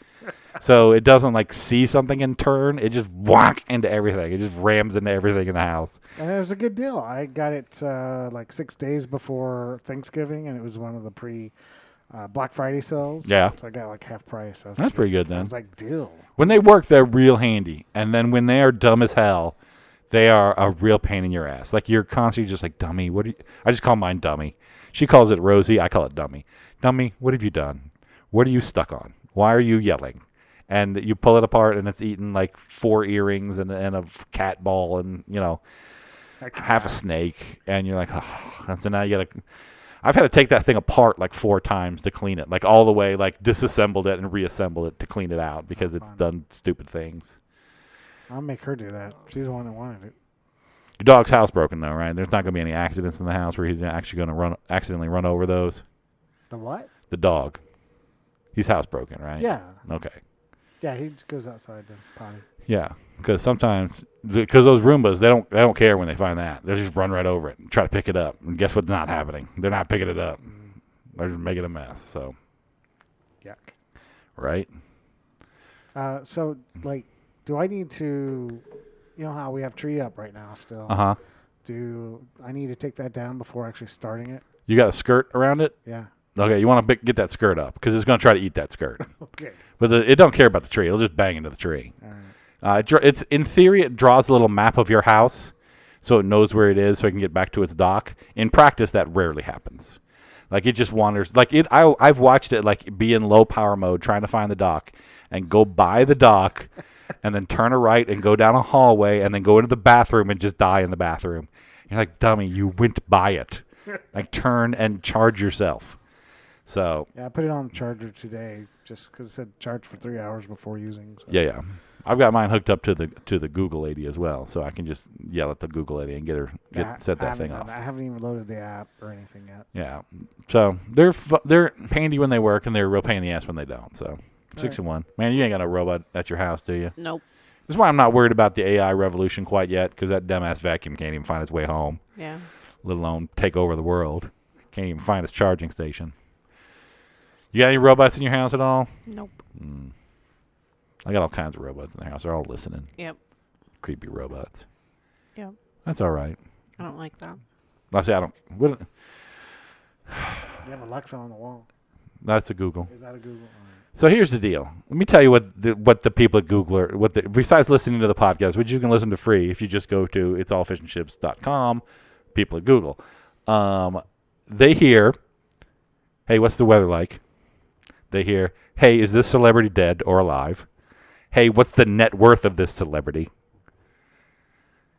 S1: so it doesn't like see something and turn. It just whack into everything. It just rams into everything in the house.
S2: And it was a good deal. I got it uh, like six days before Thanksgiving, and it was one of the pre uh, Black Friday sales.
S1: Yeah.
S2: So I got like half price. I was
S1: That's
S2: like,
S1: pretty good
S2: I
S1: then.
S2: was like, deal.
S1: When they work, they're real handy. And then when they are dumb as hell, they are a real pain in your ass. Like you're constantly just like, dummy, what do you I just call mine dummy. She calls it Rosie, I call it dummy. Dummy, what have you done? What are you stuck on? Why are you yelling? And you pull it apart and it's eating like four earrings and, and a f- cat ball and, you know,
S2: Like,
S1: half a snake. And you're like, oh. and so now you gotta I've had to take that thing apart like four times to clean it, like all the way, like disassembled it and reassembled it to clean it out because it's
S2: Fun.
S1: done stupid things.
S2: I'll make her do that. She's the one that wanted it.
S1: Your dog's housebroken though, right? There's not gonna be any accidents in the house where he's actually gonna run accidentally run over those.
S2: The what?
S1: The dog, he's housebroken, right?
S2: Yeah.
S1: Okay.
S2: Yeah, he just goes outside to potty.
S1: Yeah, because sometimes because those Roombas they don't they don't care when they find that they will just run right over it and try to pick it up and guess what's not happening? They're not picking it up. They're just making a mess. So
S2: Mm, Yuck.
S1: right.
S2: Uh, so, like, do I need to, you know, how we have tree up right now still?
S1: Uh huh.
S2: Do I need to take that down before actually starting it?
S1: You got a skirt around it?
S2: Yeah.
S1: Okay, you want to get that skirt up because it's going to try to eat that skirt.
S2: Okay.
S1: But the, it don't care about the tree. It'll just bang into the tree.
S2: All right.
S1: Uh, it dra- it's in theory, it draws a little map of your house, so it knows where it is, so it can get back to its dock. In practice, that rarely happens. Like it just wanders. Like it, I, I've watched it like be in low power mode, trying to find the dock, and go by the dock, and then turn a right and go down a hallway, and then go into the bathroom and just die in the bathroom. You're like, dummy, you went by it. Like turn and charge yourself. So
S2: Yeah, I put it on the charger today just because it said charge for three hours before using. So.
S1: Yeah, yeah. I've got mine hooked up to the to the Google lady as well, so I can just yell at the Google lady and get her get
S2: I-
S1: set
S2: I
S1: that
S2: haven't
S1: thing
S2: done
S1: off.
S2: that. I haven't even loaded the app or anything yet.
S1: Yeah. So they're fu- they're handy when they work, and they're a real pain in the ass when they don't. So six
S2: Right.
S1: and one. Man, you ain't got no robot at your house, do you?
S3: Nope.
S1: That's why I'm not worried about the AI revolution quite yet, because that dumbass vacuum can't even find its way home,
S3: Yeah.
S1: let alone take over the world. Can't even find its charging station. You got any robots in your house at all? Hmm.
S3: Nope.
S1: I got all kinds of robots in the house. They're all listening.
S3: Yep.
S1: Creepy robots.
S3: Yep.
S1: That's all right.
S3: I don't like that.
S1: I say I don't. What,
S2: You have Alexa on the wall.
S1: that's a Google.
S2: Is that a Google? All
S1: So here's the deal. Let me tell you what the, what the people at Google are. What the, besides listening to the podcast, which you can listen to free if you just go to it'sallfishandchips.com. People at Google, um, they hear, "Hey, what's the weather like?" They hear, "Hey, is this celebrity dead or alive?" "Hey, what's the net worth of this celebrity?"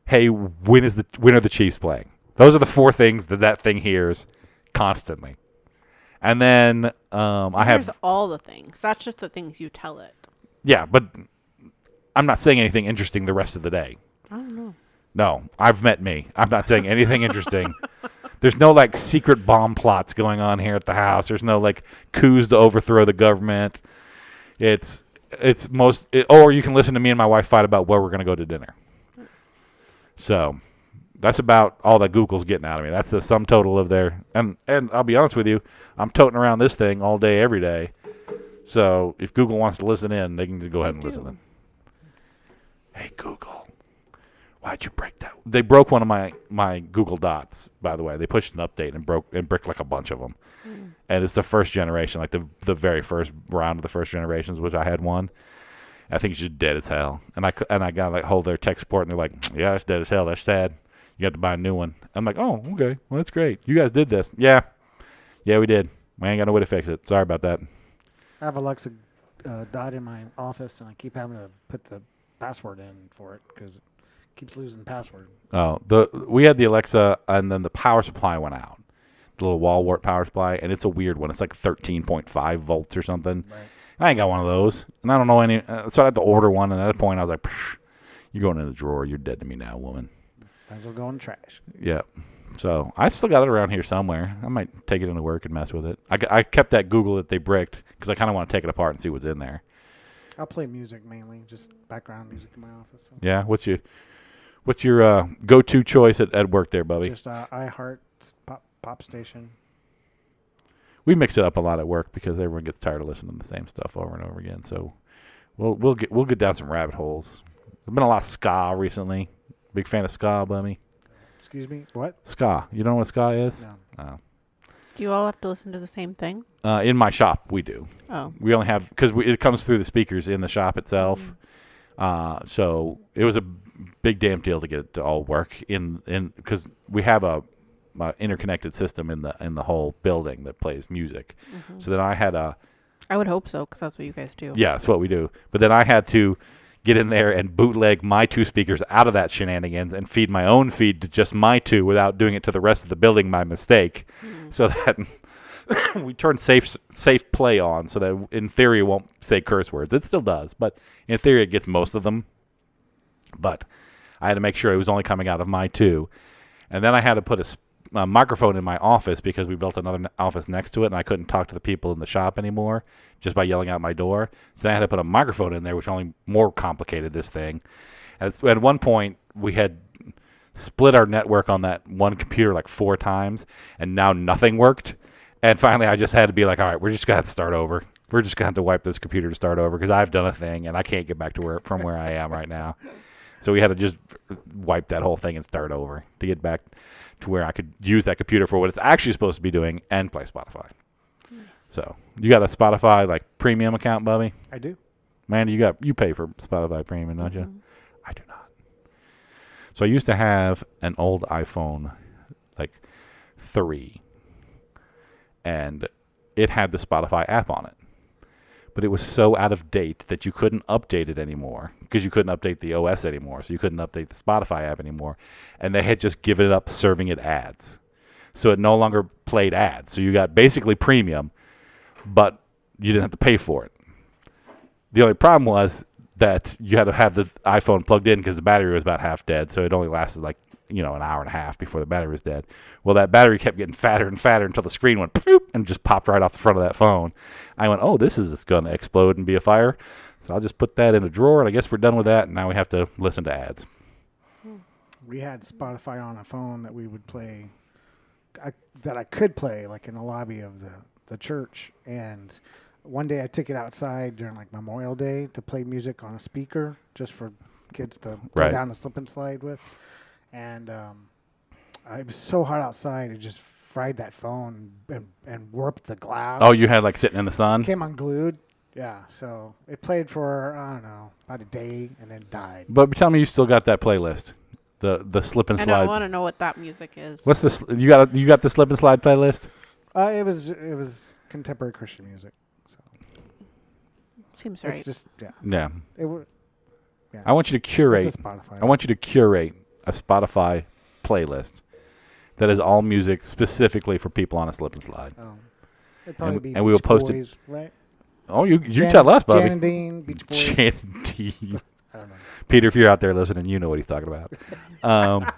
S1: "Hey, when is the when are the Chiefs playing?" Those are the four things that that thing hears constantly. And then um, I have
S3: Here's all the things. That's just the things you tell it.
S1: yeah, but I'm not saying anything interesting the rest of the day.
S3: I don't know.
S1: No, I've met me. I'm not saying anything interesting. There's no like secret bomb plots going on here at the house. There's no like coups to overthrow the government. It's it's most it, or you can listen to me and my wife fight about where we're going to go to dinner. So, that's about all that Google's getting out of me. That's the sum total of their and and I'll be honest with you, I'm toting around this thing all day every day. So, if Google wants to listen in, they can just go ahead and listen in. Hey Google. Why'd you break that? They broke one of my my Google Dots. By the way, they pushed an update and broke and bricked like a bunch of them. And it's the first generation, like the the very first round of the first generations, which I had one. I think it's just dead as hell. And I cou- and I got like hold their tech support, and they're like, "Yeah, it's dead as hell. That's sad. You got to buy a new one." I'm like, "Oh, okay. Well, that's great. You guys did this. Yeah, yeah, we did. We ain't got no way to fix it. Sorry about that.
S2: I have Alexa uh, dot in my office, and I keep having to put the password in for it because it keeps losing the password.
S1: Oh, the we had the Alexa, and then the power supply went out. The little wall wart power supply, and it's a weird one. It's like thirteen point five volts or something.
S2: Right.
S1: I ain't got one of those, and I don't know any. Uh, so I had to order one. And at that point, I was like, "Psh, "You're going in the drawer. You're dead to me now, woman."
S2: Might as well go in the trash.
S1: Yeah. So I still got it around here somewhere. I might take it into work and mess with it. I, g- I kept that Google that they bricked because I kind of want to take it apart and see what's in there.
S2: I'll play music mainly, just background music in my office. So.
S1: Yeah. What's your What's your uh, go-to choice at, at work there, Bubby?
S2: Just uh, iHeart s- pop, pop station.
S1: we mix it up a lot at work because everyone gets tired of listening to the same stuff over and over again. So we'll we'll get we'll get down some rabbit holes. There's been a lot of ska recently. Big fan of ska, Bummy.
S2: Excuse me? What?
S1: Ska. You know what ska is?
S2: No.
S3: Do you all have to listen to the same thing?
S1: Uh, in my shop, we do.
S3: Oh.
S1: We only have because it comes through the speakers in the shop itself. Uh, so it was a big damn deal to get it to all work in in because we have a, a interconnected system in the in the whole building that plays music. So then I had a
S3: Mm-hmm. I would hope so, because that's what you guys do.
S1: Yeah, that's what we do. But then I had to get in there and bootleg my two speakers out of that shenanigans and feed my own feed to just my two without doing it to the rest of the building by mistake. So that we turned safe safe play on so that in theory it won't say curse words. It still does, but in theory it gets most of them. But I had to make sure it was only coming out of my two. And then I had to put a, s- a microphone in my office because we built another n- office next to it, and I couldn't talk to the people in the shop anymore just by yelling out my door. So then I had to put a microphone in there, which only more complicated this thing. And so at one point, we had split our network on that one computer like four times, and now nothing worked. And finally, I just had to be like, all right, we're just gonna have to start over. We're just gonna have to wipe this computer to start over because I've done a thing and I can't get back to where from where I am right now. So we had to just wipe that whole thing and start over to get back to where I could use that computer for what it's actually supposed to be doing and play Spotify.
S3: Mm-hmm.
S1: So you got a Spotify like premium account, Bubby?
S2: I do.
S1: Man, you got you pay for Spotify premium, don't you?
S3: Mhm.
S1: I do not. So I used to have an old iPhone, like three, and it had the Spotify app on it. But it was so out of date that you couldn't update it anymore because you couldn't update the OS anymore. So you couldn't update the Spotify app anymore. And they had just given it up serving it ads. So it no longer played ads. So you got basically premium, but you didn't have to pay for it. The only problem was that you had to have the iPhone plugged in because the battery was about half dead, so it only lasted like you know an hour and a half before the battery was dead. Well, that battery kept getting fatter and fatter until the screen went poof and just popped right off the front of that phone. I went, "Oh, this is going to explode and be a fire." So I'll just put that in a drawer, and I guess we're done with that. And now we have to listen to ads.
S2: We had Spotify on a phone that we would play, I, that I could play like in the lobby of the, the church. And one day I took it outside during like Memorial Day to play music on a speaker just for kids to
S1: Right.
S2: go down a slip and slide with. And um, I- it was so hot outside, it just fried that phone and, and warped the glass.
S1: Oh, you had like sitting in the sun.
S2: Came unglued. Yeah, so it played for, I don't know, about a day and then died.
S1: But tell me, you still got that playlist, the the slip and
S3: And I want
S1: slide.
S3: to know what that music is.
S1: What's this? You got you got the slip and slide playlist?
S2: Uh, it was it was contemporary Christian music. So
S3: Seems
S2: it's
S3: right.
S2: just yeah.
S1: Yeah.
S2: It wa- yeah.
S1: I want you to curate.
S2: It's a Spotify.
S1: I want you to curate a Spotify playlist that is all music specifically for people on a slip and slide.
S2: Um, it'd probably
S1: and-
S2: be
S1: and we will
S2: Beach
S1: post it-
S2: Boys, right?
S1: Oh, you you
S2: Jan-
S1: tell us, Bobby.
S2: Jan and Dean, Beach Boys.
S1: Jan- Dean.
S2: I don't know.
S1: Peter, if you're out there listening, you know what he's talking about. Um,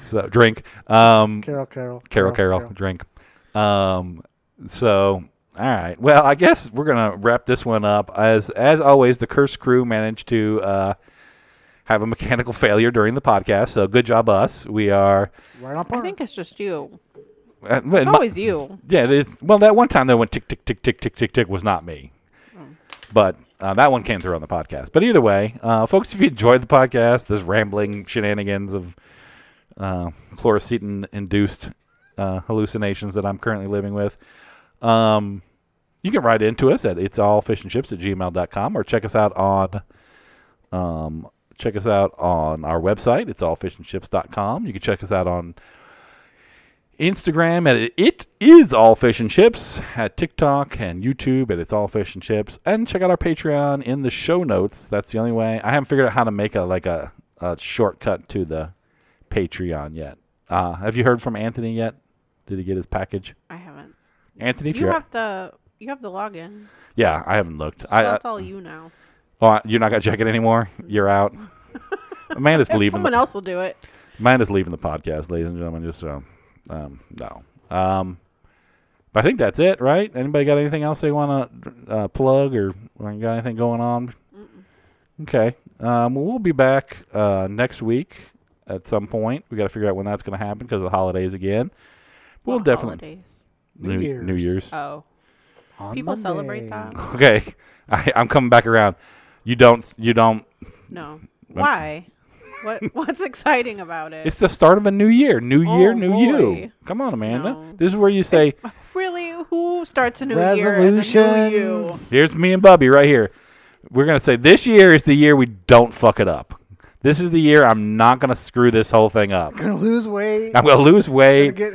S1: so drink. Um,
S2: Carol, Carol,
S1: Carol, Carol, drink. Um, so, all right. Well, I guess we're gonna wrap this one up. As as always, the curse crew managed to uh, have a mechanical failure during the podcast. So, good job, us. We are.
S2: Right on
S3: I
S2: par.
S3: think it's just you.
S1: uh,
S3: It's
S1: my-
S3: always you.
S1: Yeah, it's, well, that one time that went tick, tick, tick, tick, tick, tick, tick was not me.
S3: Hmm.
S1: But uh, that one came through on the podcast. But either way, uh, folks, if you enjoyed the podcast, this rambling shenanigans of uh, chlorocetin induced uh, hallucinations that I'm currently living with, um, you can write into us at it's all fish and chips at gmail.com or check us out on um, check us out on our website it's all fish and chips.com you can check us out on Instagram at it is all fish and chips, at TikTok and YouTube at it's all fish and chips, and check out our Patreon in the show notes. That's the only way. I haven't figured out how to make a like a, a shortcut to the Patreon yet. Uh, have you heard from Anthony yet? Did he get his package?
S3: I haven't.
S1: Anthony, if
S3: you
S1: you're,
S3: have the you have the login.
S1: yeah, I haven't looked.
S3: So
S1: I, I
S3: that's all you now.
S1: oh, you're not gonna check it anymore. You're out. Amanda's
S3: If
S1: leaving. the-
S3: someone else will do it.
S1: Mine is leaving the podcast, ladies and gentlemen. Just so, um, no. Um, but I think that's it, right? Anybody got anything else they want to uh, plug or or you got anything going on? Okay. Um, we'll be back uh, next week at some point. We got to figure out when that's going to happen because of the holidays again. We'll
S3: Not
S1: definitely
S3: Holidays.
S2: New Year's.
S1: New Year's.
S3: Oh,
S2: On
S3: people celebrate
S2: Monday.
S3: that?
S1: Okay, I, I'm coming back around. You don't. You don't.
S3: No. Why? what What's exciting about it?
S1: It's the start of a new year. New
S3: Oh,
S1: year, new you.
S3: boy.
S1: Come on, Amanda.
S3: No.
S1: This is where you say.
S3: It's- really, who starts a new year as a new you?
S2: Resolutions.
S1: Here's me and Bubby right here. We're gonna say this year is the year we don't fuck it up. This is the year I'm not gonna screw this whole thing up.
S2: Gonna lose weight.
S1: I'm gonna lose
S2: Gonna
S1: weight,
S2: get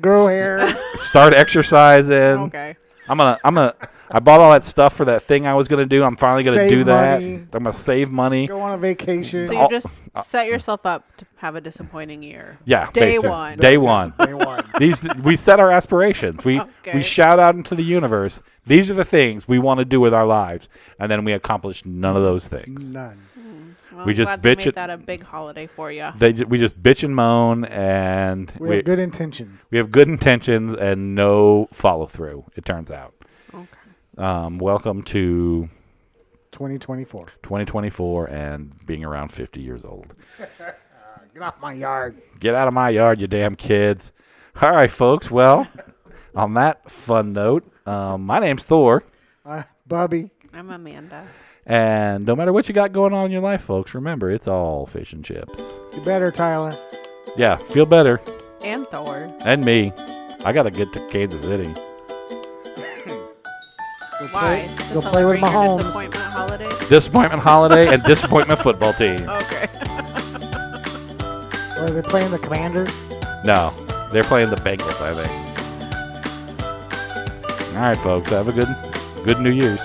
S2: Grow hair.
S1: start exercising.
S3: Okay.
S1: I'm gonna, I'm gonna, I bought all that stuff for that thing I was gonna do. I'm finally gonna
S2: Save
S1: do that.
S2: money.
S1: I'm gonna save money.
S2: go on a vacation.
S3: So
S1: I'll-
S3: you just set yourself up to have a disappointing year.
S1: Yeah,
S3: Day
S1: basically.
S3: one.
S1: Day one.
S2: They won.
S1: These we set our aspirations. We we
S3: Okay.
S1: shout out into the universe. These are the things we want to do with our lives, and then we accomplish none of those things.
S2: None.
S3: Well,
S1: We
S3: I'm
S1: just
S3: glad they
S1: bitch
S3: made
S1: it-
S3: that a big holiday for you.
S1: They ju- we just bitch and moan, and
S2: We, have good intentions.
S1: We have good intentions and no follow through, it turns out.
S3: Okay.
S1: Um, welcome to
S2: 2024.
S1: 2024 and being around 50 years old.
S2: Get off my yard.
S1: Get out of my yard, you damn kids. All right, folks. Well, on that fun note, um, my name's Thor.
S2: Uh, Bubby.
S3: I'm Amanda.
S1: And no matter what you got going on in your life, folks, remember it's all fish and chips.
S2: You better, Tyler.
S1: Yeah, feel better.
S3: And Thor.
S1: And me. I got to get to Kansas City.
S2: Go play,
S3: Why? To
S2: go play
S3: celebrate
S2: with
S3: your
S2: Mahomes.
S3: disappointment holiday?
S1: Disappointment holiday and disappointment football team.
S3: Okay.
S2: Or are they playing the Commanders?
S1: No, they're playing the Bengals, I think. All right, folks, have a good, good New Year's.